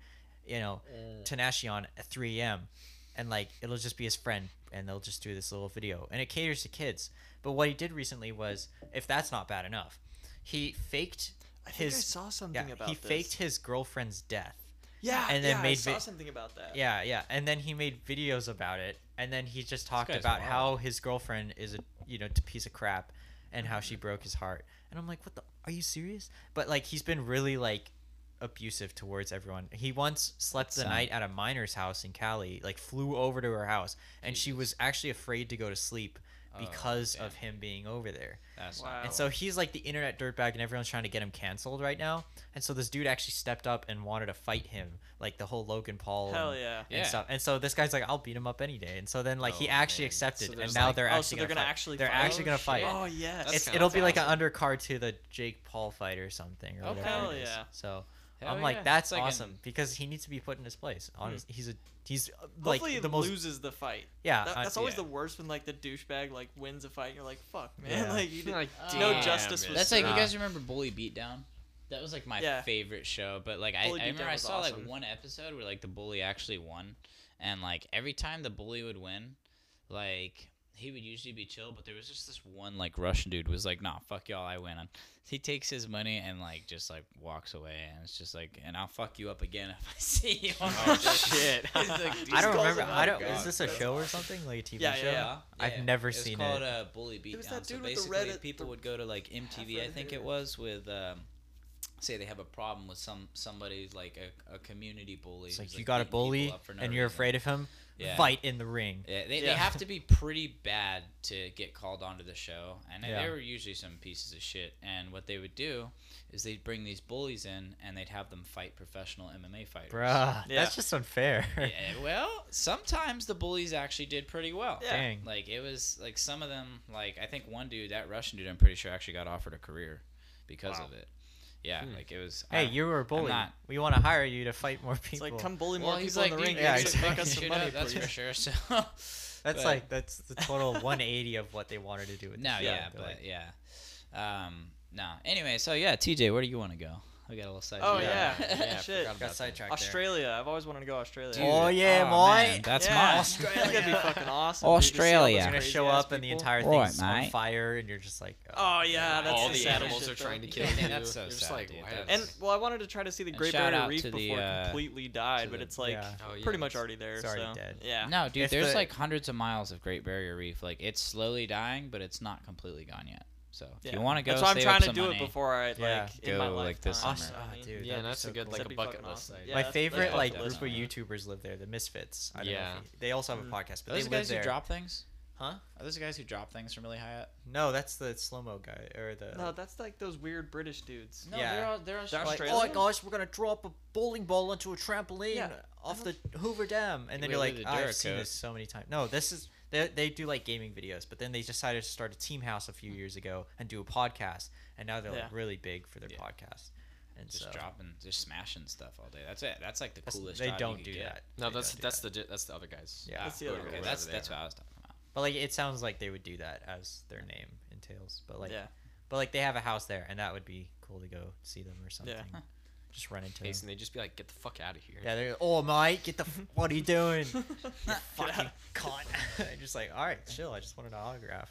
B: you know,
C: Uh.
B: Tanacion at 3 a.m." And like it'll just be his friend, and they'll just do this little video, and it caters to kids. But what he did recently was, if that's not bad enough, he faked
C: I think
B: his.
C: I saw something
B: yeah,
C: about
B: he
C: this.
B: faked his girlfriend's death.
C: Yeah.
B: and then
C: yeah, I
B: made
C: saw
B: vi-
C: something about
A: Uh,
C: that.
B: Yeah, yeah. And then he made videos about it, and then he just talked
A: guy's
B: about
A: wild.
B: how his girlfriend is a you know t- piece of crap, and how
A: Mm-hmm.
B: she broke his heart. And I'm like, what the? Are you serious? But like, he's been really like abusive towards everyone. He once slept the
A: Son.
B: night at a miner's house in Cali. Like, flew over to her house, and she was actually afraid to go to sleep
A: Oh,
B: because of
A: damn.
B: him being over there.
A: That's
C: Wow.
B: And so he's like the internet dirtbag, and everyone's trying to get him canceled right now. And so this dude actually stepped up and wanted to fight him, like the whole Logan Paul
C: Hell
B: and,
C: yeah.
B: and
A: Yeah.
B: stuff. And so this guy's like, I'll beat him up any day. And so then like he
D: Oh,
B: actually
D: man.
B: accepted,
D: So
B: and
D: there's,
B: now
D: like-
B: they're
C: oh,
B: actually
C: so they're
B: gonna
C: gonna
B: fight.
C: actually
B: they're
C: fight.
B: actually gonna fight.
C: Oh yes.
D: That's
B: It's,
D: kinda
B: it'll be like an
D: awesome.
B: undercard to the Jake Paul fight or something. Or
A: Oh,
B: whatever
C: hell
B: it is.
C: yeah.
B: So
A: Hell
B: I'm like,
A: yeah.
B: that's
A: It's like an-
B: awesome because he needs to be put in his place.
C: Hmm.
B: Honestly, he's a he's uh, like
C: Hopefully
B: the
C: it
B: most Uh,
C: loses the fight.
B: yeah.
C: That,
B: I-
C: that's always
A: yeah.
C: the worst when like the douchebag like wins a fight. And you're like, fuck, man. [LAUGHS]
B: Yeah.
C: Like you did.
D: [LAUGHS] Like,
C: no
D: damn
C: justice
D: it.
C: was
A: That's like you
B: Ah.
A: guys remember Bully Beatdown? That was like my
C: Yeah.
A: favorite show, but like I, I
C: Bully
A: remember
C: Beatdown
A: I
C: was
A: saw
C: awesome.
A: like one episode where like the bully actually won, and like every time the bully would win, like he would usually be chill, but there was just this one like Russian dude was like, "Nah, fuck y'all, I win." And he takes his money and like just like walks away, and it's just like, "And I'll fuck you up again if I [LAUGHS] see you."
D: Oh, shit.
A: He's like,
B: I
A: "These
B: don't
A: guys
B: remember.
A: are not
B: I don't.
C: Oh,
A: gods."
B: Is this a show or something like a TV
C: Yeah, yeah,
B: show?
C: yeah.
B: I've
A: Yeah.
B: never
A: was
B: seen
A: called
B: it.
A: uh, bully beatdown.
C: was that
A: so
C: dude with the
A: basically,
C: Reddit-
A: people
C: the-
A: would go to like MTV, I
C: Reddit
A: think
C: hair.
A: it was, with um, say they have a problem with some somebody's like a, a community bully.
B: It's
A: who's,
B: like you got a
A: beating people
B: bully
A: up for no
B: and you're
A: reason.
B: afraid of him.
A: Yeah.
B: Fight in the ring.
A: Yeah, they,
C: Yeah.
A: they have to be pretty bad to get called onto the show, and they-
B: Yeah.
A: they were usually some pieces of shit. And what they would do is they'd bring these bullies in, and they'd have them fight professional MMA fighters.
B: Bruh,
C: Yeah.
B: that's just unfair.
A: [LAUGHS]
B: [LAUGHS]
A: Yeah, well, sometimes the bullies actually did pretty well.
C: Yeah.
B: Dang.
A: Like it was like some of them like I think one dude, that Russian dude I'm pretty sure actually got offered a career because
D: Wow.
A: of it. yeah,
C: Hmm.
A: like it was. I
B: Hey,
A: don't-
B: you were a bully.
A: not-
B: We want to hire you to fight
A: [LAUGHS]
B: more
C: It's
B: people.
C: like come bully more
D: Well, he's
C: people in
D: like,
C: the ring.
D: dude,
B: yeah,
C: Yeah, exactly. Make
B: exactly.
C: us some
A: Straight
C: money,
A: up, that's
C: please.
A: for sure. [LAUGHS] So
B: that's
A: but-
B: like that's
A: [LAUGHS]
B: the total 180 of what they wanted to do with.
A: no,
B: the show.
A: yeah,
B: They're
A: but
B: like,
A: yeah, um, no. Anyway, so yeah, TJ, where do you want to go? I got a little side.
C: Oh
D: Yeah,
A: [LAUGHS]
C: yeah,
D: yeah, I
C: shit.
D: forgot
B: got
D: about that.
B: sidetracked. there.
C: Australia. I've always wanted to go to Australia.
A: Dude,
B: Oh, yeah,
A: oh,
B: boy.
A: man, that's
C: yeah.
A: mine. [LAUGHS]
C: Australia. That'd be fucking awesome. dude, to see all
A: Australia.
C: those
B: You're gonna
C: crazy
B: show
C: ass
B: up and the
C: people.
B: entire
A: Right,
B: thing's on
A: mate.
B: fire, and you're just like,
C: Oh yeah, that's
D: all
C: the
D: the
C: saddest
D: animals
C: shit,
D: are trying to
C: though.
B: [LAUGHS]
D: kill
A: Yeah,
D: you.
A: that's so
D: You're just
A: sad,
D: like,
A: dude.
D: wow.
A: That's-
C: And well, I wanted to try to see the
A: And
C: Great
A: shout
C: Barrier
A: out
C: Reef
A: to the,
C: before it
A: uh,
C: completely died,
A: to
C: but
A: the-
C: it's like
B: Yeah.
D: Oh, yeah,
C: pretty much
D: it's-
C: already there.
B: it's already
C: so
B: dead.
C: yeah,
A: No, dude,
B: If
A: there's
B: the-
A: like hundreds of miles of Great Barrier Reef. Like it's slowly dying, but it's not completely gone yet. So if
C: yeah.
A: you want to go,
C: That's why I'm
A: save
C: trying
A: up
C: to
A: some
C: do
A: money.
C: it before I like
B: Yeah.
C: in my
A: Go,
C: lifetime.
A: like, this
C: you know
A: summer.
C: what I
B: Ah,
C: mean?
B: dude,
D: Yeah,
B: that'd be
D: that's
B: so
D: a good
B: cool.
D: like
C: That'd
D: a
C: be
D: bucket
C: fucking
D: list.
C: awesome.
D: idea.
C: Yeah,
B: My
C: that's-
B: favorite
A: that's
B: like
A: awesome.
B: group of YouTubers live there, the Misfits. I don't know
D: Yeah.
B: if you, they also have a
C: Mm.
B: podcast, but
A: Are those
B: they live
A: guys
B: there.
A: who drop things?
B: Huh?
A: Are those the guys who drop things from really high up?
B: No, that's the slow mo guy or the.
C: No, that's like those weird British dudes.
B: No, Yeah. they're
A: all they're all
C: They're
B: like,
C: Australian?
B: oh guys, we're gonna drop a bowling ball onto a trampoline
C: Yeah.
B: off the Hoover Dam, and then
A: We
B: you're
A: live
B: like,
A: the
B: I've
A: Duracoat."
B: seen this so many times. No, this is they, they do like gaming videos, but then they decided to start a team house a few years ago and do a podcast, and now they're
C: Mm. Yeah.
B: like really big for their
A: Yeah.
B: podcast, and
A: just
B: so
A: dropping, just smashing stuff all day. That's it. That's like the
B: that's-
A: coolest.
B: they
A: job you
B: don't
A: could
B: do
A: get.
B: that.
D: No,
B: They
D: that's
B: don't do
D: that's
B: that.
D: the di- that's the other guys.
B: yeah.
C: That's the other
D: Okay,
C: guy.
A: Okay,
D: Whatever
A: that's
D: they
A: that's
D: are.
A: what I was talking about.
B: But like it sounds like they would do that as their name entails. But like
C: Yeah.
B: but like they have a house there and that would be cool to go see them or something.
C: Yeah. [LAUGHS]
A: Huh.
B: Just run into them.
D: Case, and they just be like, get the fuck out of here.
B: Yeah, they're oh mate,
C: [LAUGHS]
B: get the f- what are you doing? You
A: [LAUGHS]
C: Get
B: fucking
C: out.
B: [LAUGHS] cunt. I'm just like, all right, chill. I just wanted an autograph.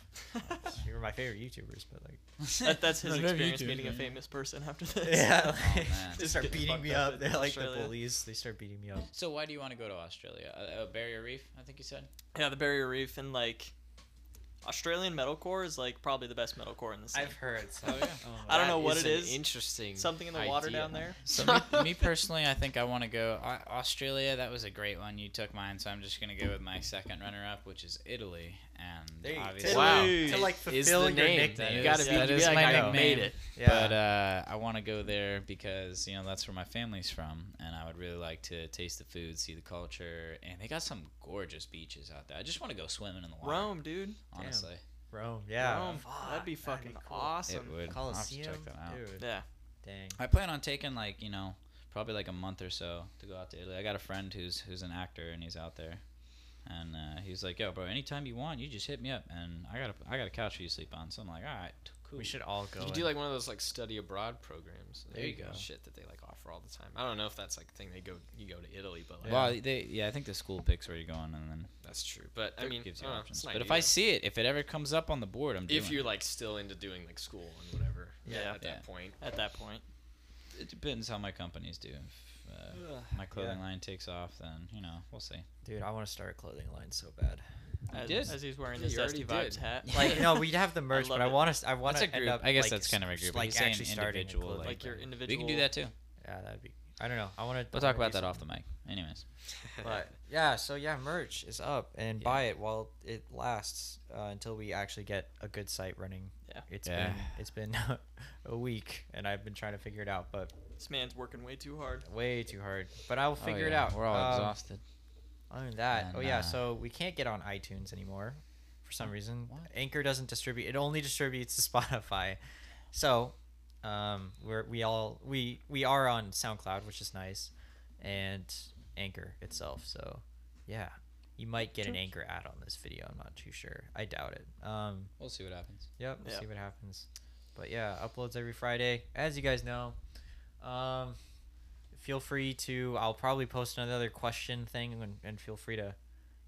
B: you were my favorite YouTubers, but like,
C: [LAUGHS]
A: [LAUGHS]
C: That, that's
B: [LAUGHS]
C: his
A: I love
C: experience
A: YouTube,
C: meeting a
A: man.
C: famous person after this.
B: yeah,
A: Oh,
B: like,
A: man.
B: [LAUGHS] they start
C: getting
B: beating
C: fucked
B: me
C: up
B: up.
C: in
B: They're like the
C: Australia.
B: bullies. They start beating me up.
A: So why do you want to go to Australia? Uh, uh, Barrier Reef, I think you said.
C: [LAUGHS] Yeah, the Barrier Reef and like Australian metalcore is like probably the best metalcore in the city.
B: I've heard. So, [LAUGHS]
A: Oh, yeah.
C: I don't know
D: That
C: what
D: is
C: it
D: an
C: is.
D: Interesting.
C: Something in the water
D: idea.
C: down there.
A: So [LAUGHS] me,
C: [LAUGHS]
A: me personally, I think I want to go Au- Australia. That was a great one. You took mine, so I'm just gonna go with my second runner-up, which is Italy. And
B: There you go.
A: obviously,
D: Wow.
B: To like
D: Is
B: fulfill
D: the
B: your
D: name?
B: nickname.
A: That
D: You gotta
A: is-
D: be. you
A: that
D: be
A: is
D: like,
A: my
D: I
A: nickname.
D: made it.
B: Yeah.
A: But uh, I want to go there because you know that's where my family's from, and I would really like to taste the food, see the culture, and they got some gorgeous beaches out there. I just want to go swimming in the water.
C: Rome, dude.
A: honestly,
B: Rome. Yeah.
C: Rome.
B: Fuck,
C: Oh, that'd be fucking awesome.
A: it would. I'll have to check
B: Coliseum.
A: that out.
B: Dude.
C: Yeah.
B: Dang.
A: I plan on taking like you know probably like a month or so to go out to Italy. I got a friend who's who's an actor and he's out there, and uh, he's like, "Yo, bro, anytime you want, you just hit me up, and I got a I got a couch for you to sleep on." So I'm like, "All right, t- cool."
B: We should all go.
D: You
B: and-
D: do like one of those like study abroad programs.
A: There you go.
D: Shit that they like offer all the time. I don't know if that's like a thing they go. You go to Italy, but like,
A: Well, they yeah, I think the school picks where you're going, and then
D: that's true. But I
A: it
D: mean,
A: gives
D: I
A: you
D: don't know,
A: options.
D: it's an
A: But if
D: idea.
A: I see it, if it ever comes up on the board, I'm doing.
D: if you're like still into doing like school and whatever,
C: Yeah.
D: at
A: Yeah.
D: that point.
C: At that point.
A: it. it depends how my companies do. If uh, my clothing line takes off, then you know we'll see.
B: Dude, I want to start a clothing line so bad.
A: You
C: as,
A: did.
C: as he's wearing
D: Yeah,
C: this
D: you already
C: Zesty Vibes
D: did.
C: hat.
B: Like, no, we'd
C: [LAUGHS]
B: have the merch,
C: love
B: but I
C: it.
B: want to. I want
A: That's a
B: to end
A: group.
B: up.
A: I guess
B: like,
A: that's kind of a
B: s-
A: group.
B: Like
A: He's saying
B: actually starting
A: individual,
B: a clothing
A: like,
C: like your
B: brand.
C: individual.
A: We can do that too.
B: Yeah, that'd be. I don't know. I want to.
A: We'll talk about that off the mic. Anyways,
B: But yeah, so yeah, merch is up and
A: Yeah.
B: buy it while it lasts uh, until we actually get a good site running.
C: Yeah.
B: It's
A: Yeah.
B: been it's been [LAUGHS] a week and I've been trying to figure it out, but
C: This man's working way too hard. [LAUGHS]
B: way too hard. But I will
A: Oh,
B: figure it
A: yeah,
B: out.
A: We're all
B: Um,
A: exhausted.
B: Other than that,
A: And,
B: oh yeah,
A: uh,
B: so we can't get on iTunes anymore for some reason.
A: what?
B: Anchor doesn't distribute; it only distributes to [LAUGHS] Spotify. So, um, we're we all we we are on SoundCloud, which is nice, and Anchor itself. So, yeah, you might get an Anchor ad on this video. I'm not too sure. I doubt it. Um,
A: We'll see what happens.
B: Yep.
C: Yeah.
B: See what happens. But yeah, uploads every Friday, as you guys know. Um, feel free to. I'll probably post another question thing, and, and feel free to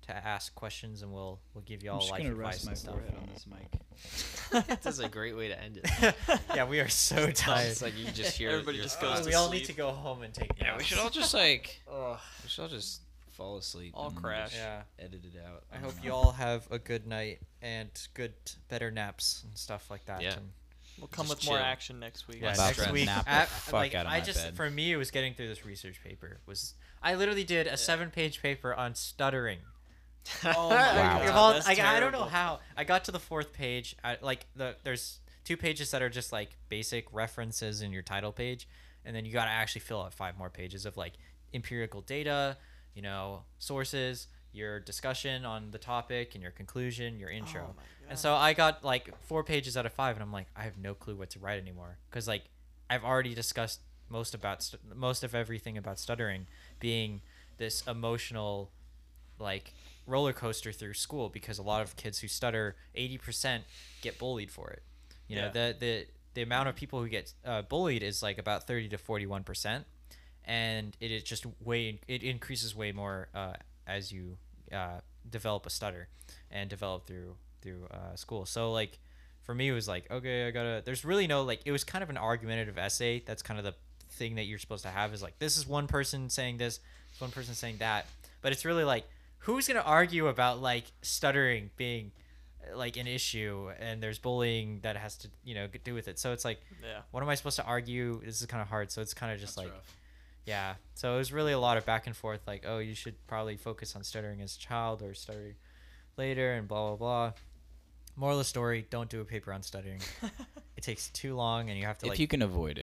B: to ask questions, and we'll we'll give you all life advice and stuff.
A: on this mic.
D: that's a great way to end it.
B: [LAUGHS] yeah, we are so tired.
D: [LAUGHS] It's like you just hear
C: Everybody
D: your-
C: just
B: Uh,
C: goes
B: we
C: to
B: all need to
C: sleep.
B: go home and take.
A: Yeah, we should all just like
B: all.
A: we should all just fall asleep.
C: All
A: and
C: crash.
A: just
B: Yeah.
A: Edit it out. Um,
B: I
A: don't
B: hope
A: know.
B: you all have a good night and good, better naps and stuff like that.
D: Yeah.
B: And
C: We'll come
D: Just
C: with more
D: chill.
C: action next week.
B: Yeah,
A: About
B: next
A: to
B: week.
A: nap the
B: I,
A: fuck
B: like,
A: out of
B: I
A: my
B: just
A: bed.
B: for me it was getting through this research paper was I literally did a seven-page paper on stuttering.
C: [LAUGHS] [LAUGHS] Oh my
A: Wow.
C: god.
B: Of all-
C: that's
B: like, I don't know
C: terrible.
B: how I got to the fourth page. I, like the there's two pages that are just like basic references in your title page, and then you got to actually fill out five more pages of like empirical data, you know, sources, your discussion on the topic, and your conclusion, your intro.
C: Oh my
B: And so I got like four pages out of five, and I'm like, I have no clue what to write anymore because like I've already discussed most about st- most of everything about stuttering being this emotional like roller coaster through school because a lot of kids who stutter 80% get bullied for it. You know, the the the amount of people who get uh, bullied is like about 30 to 41% and it is just way it increases way more uh, as you uh, develop a stutter and develop through through uh, school. So like for me it was like okay i gotta there's really no like it was kind of an argumentative essay that's kind of the thing that you're supposed to have is like this is one person saying this this one person saying that but it's really like who's gonna argue about like stuttering being uh, like an issue and there's bullying that has to you know do with it so it's like
C: Yeah.
B: what am i supposed to argue this is kind of hard so it's kind of just
D: That's
B: like
D: rough.
B: yeah so it was really a lot of back and forth like oh you should probably focus on stuttering as a child or stutter later and blah blah blah
C: [LAUGHS]
B: moral of the story don't do a paper on stuttering it takes too long and you have to
A: if
B: like
A: you can avoid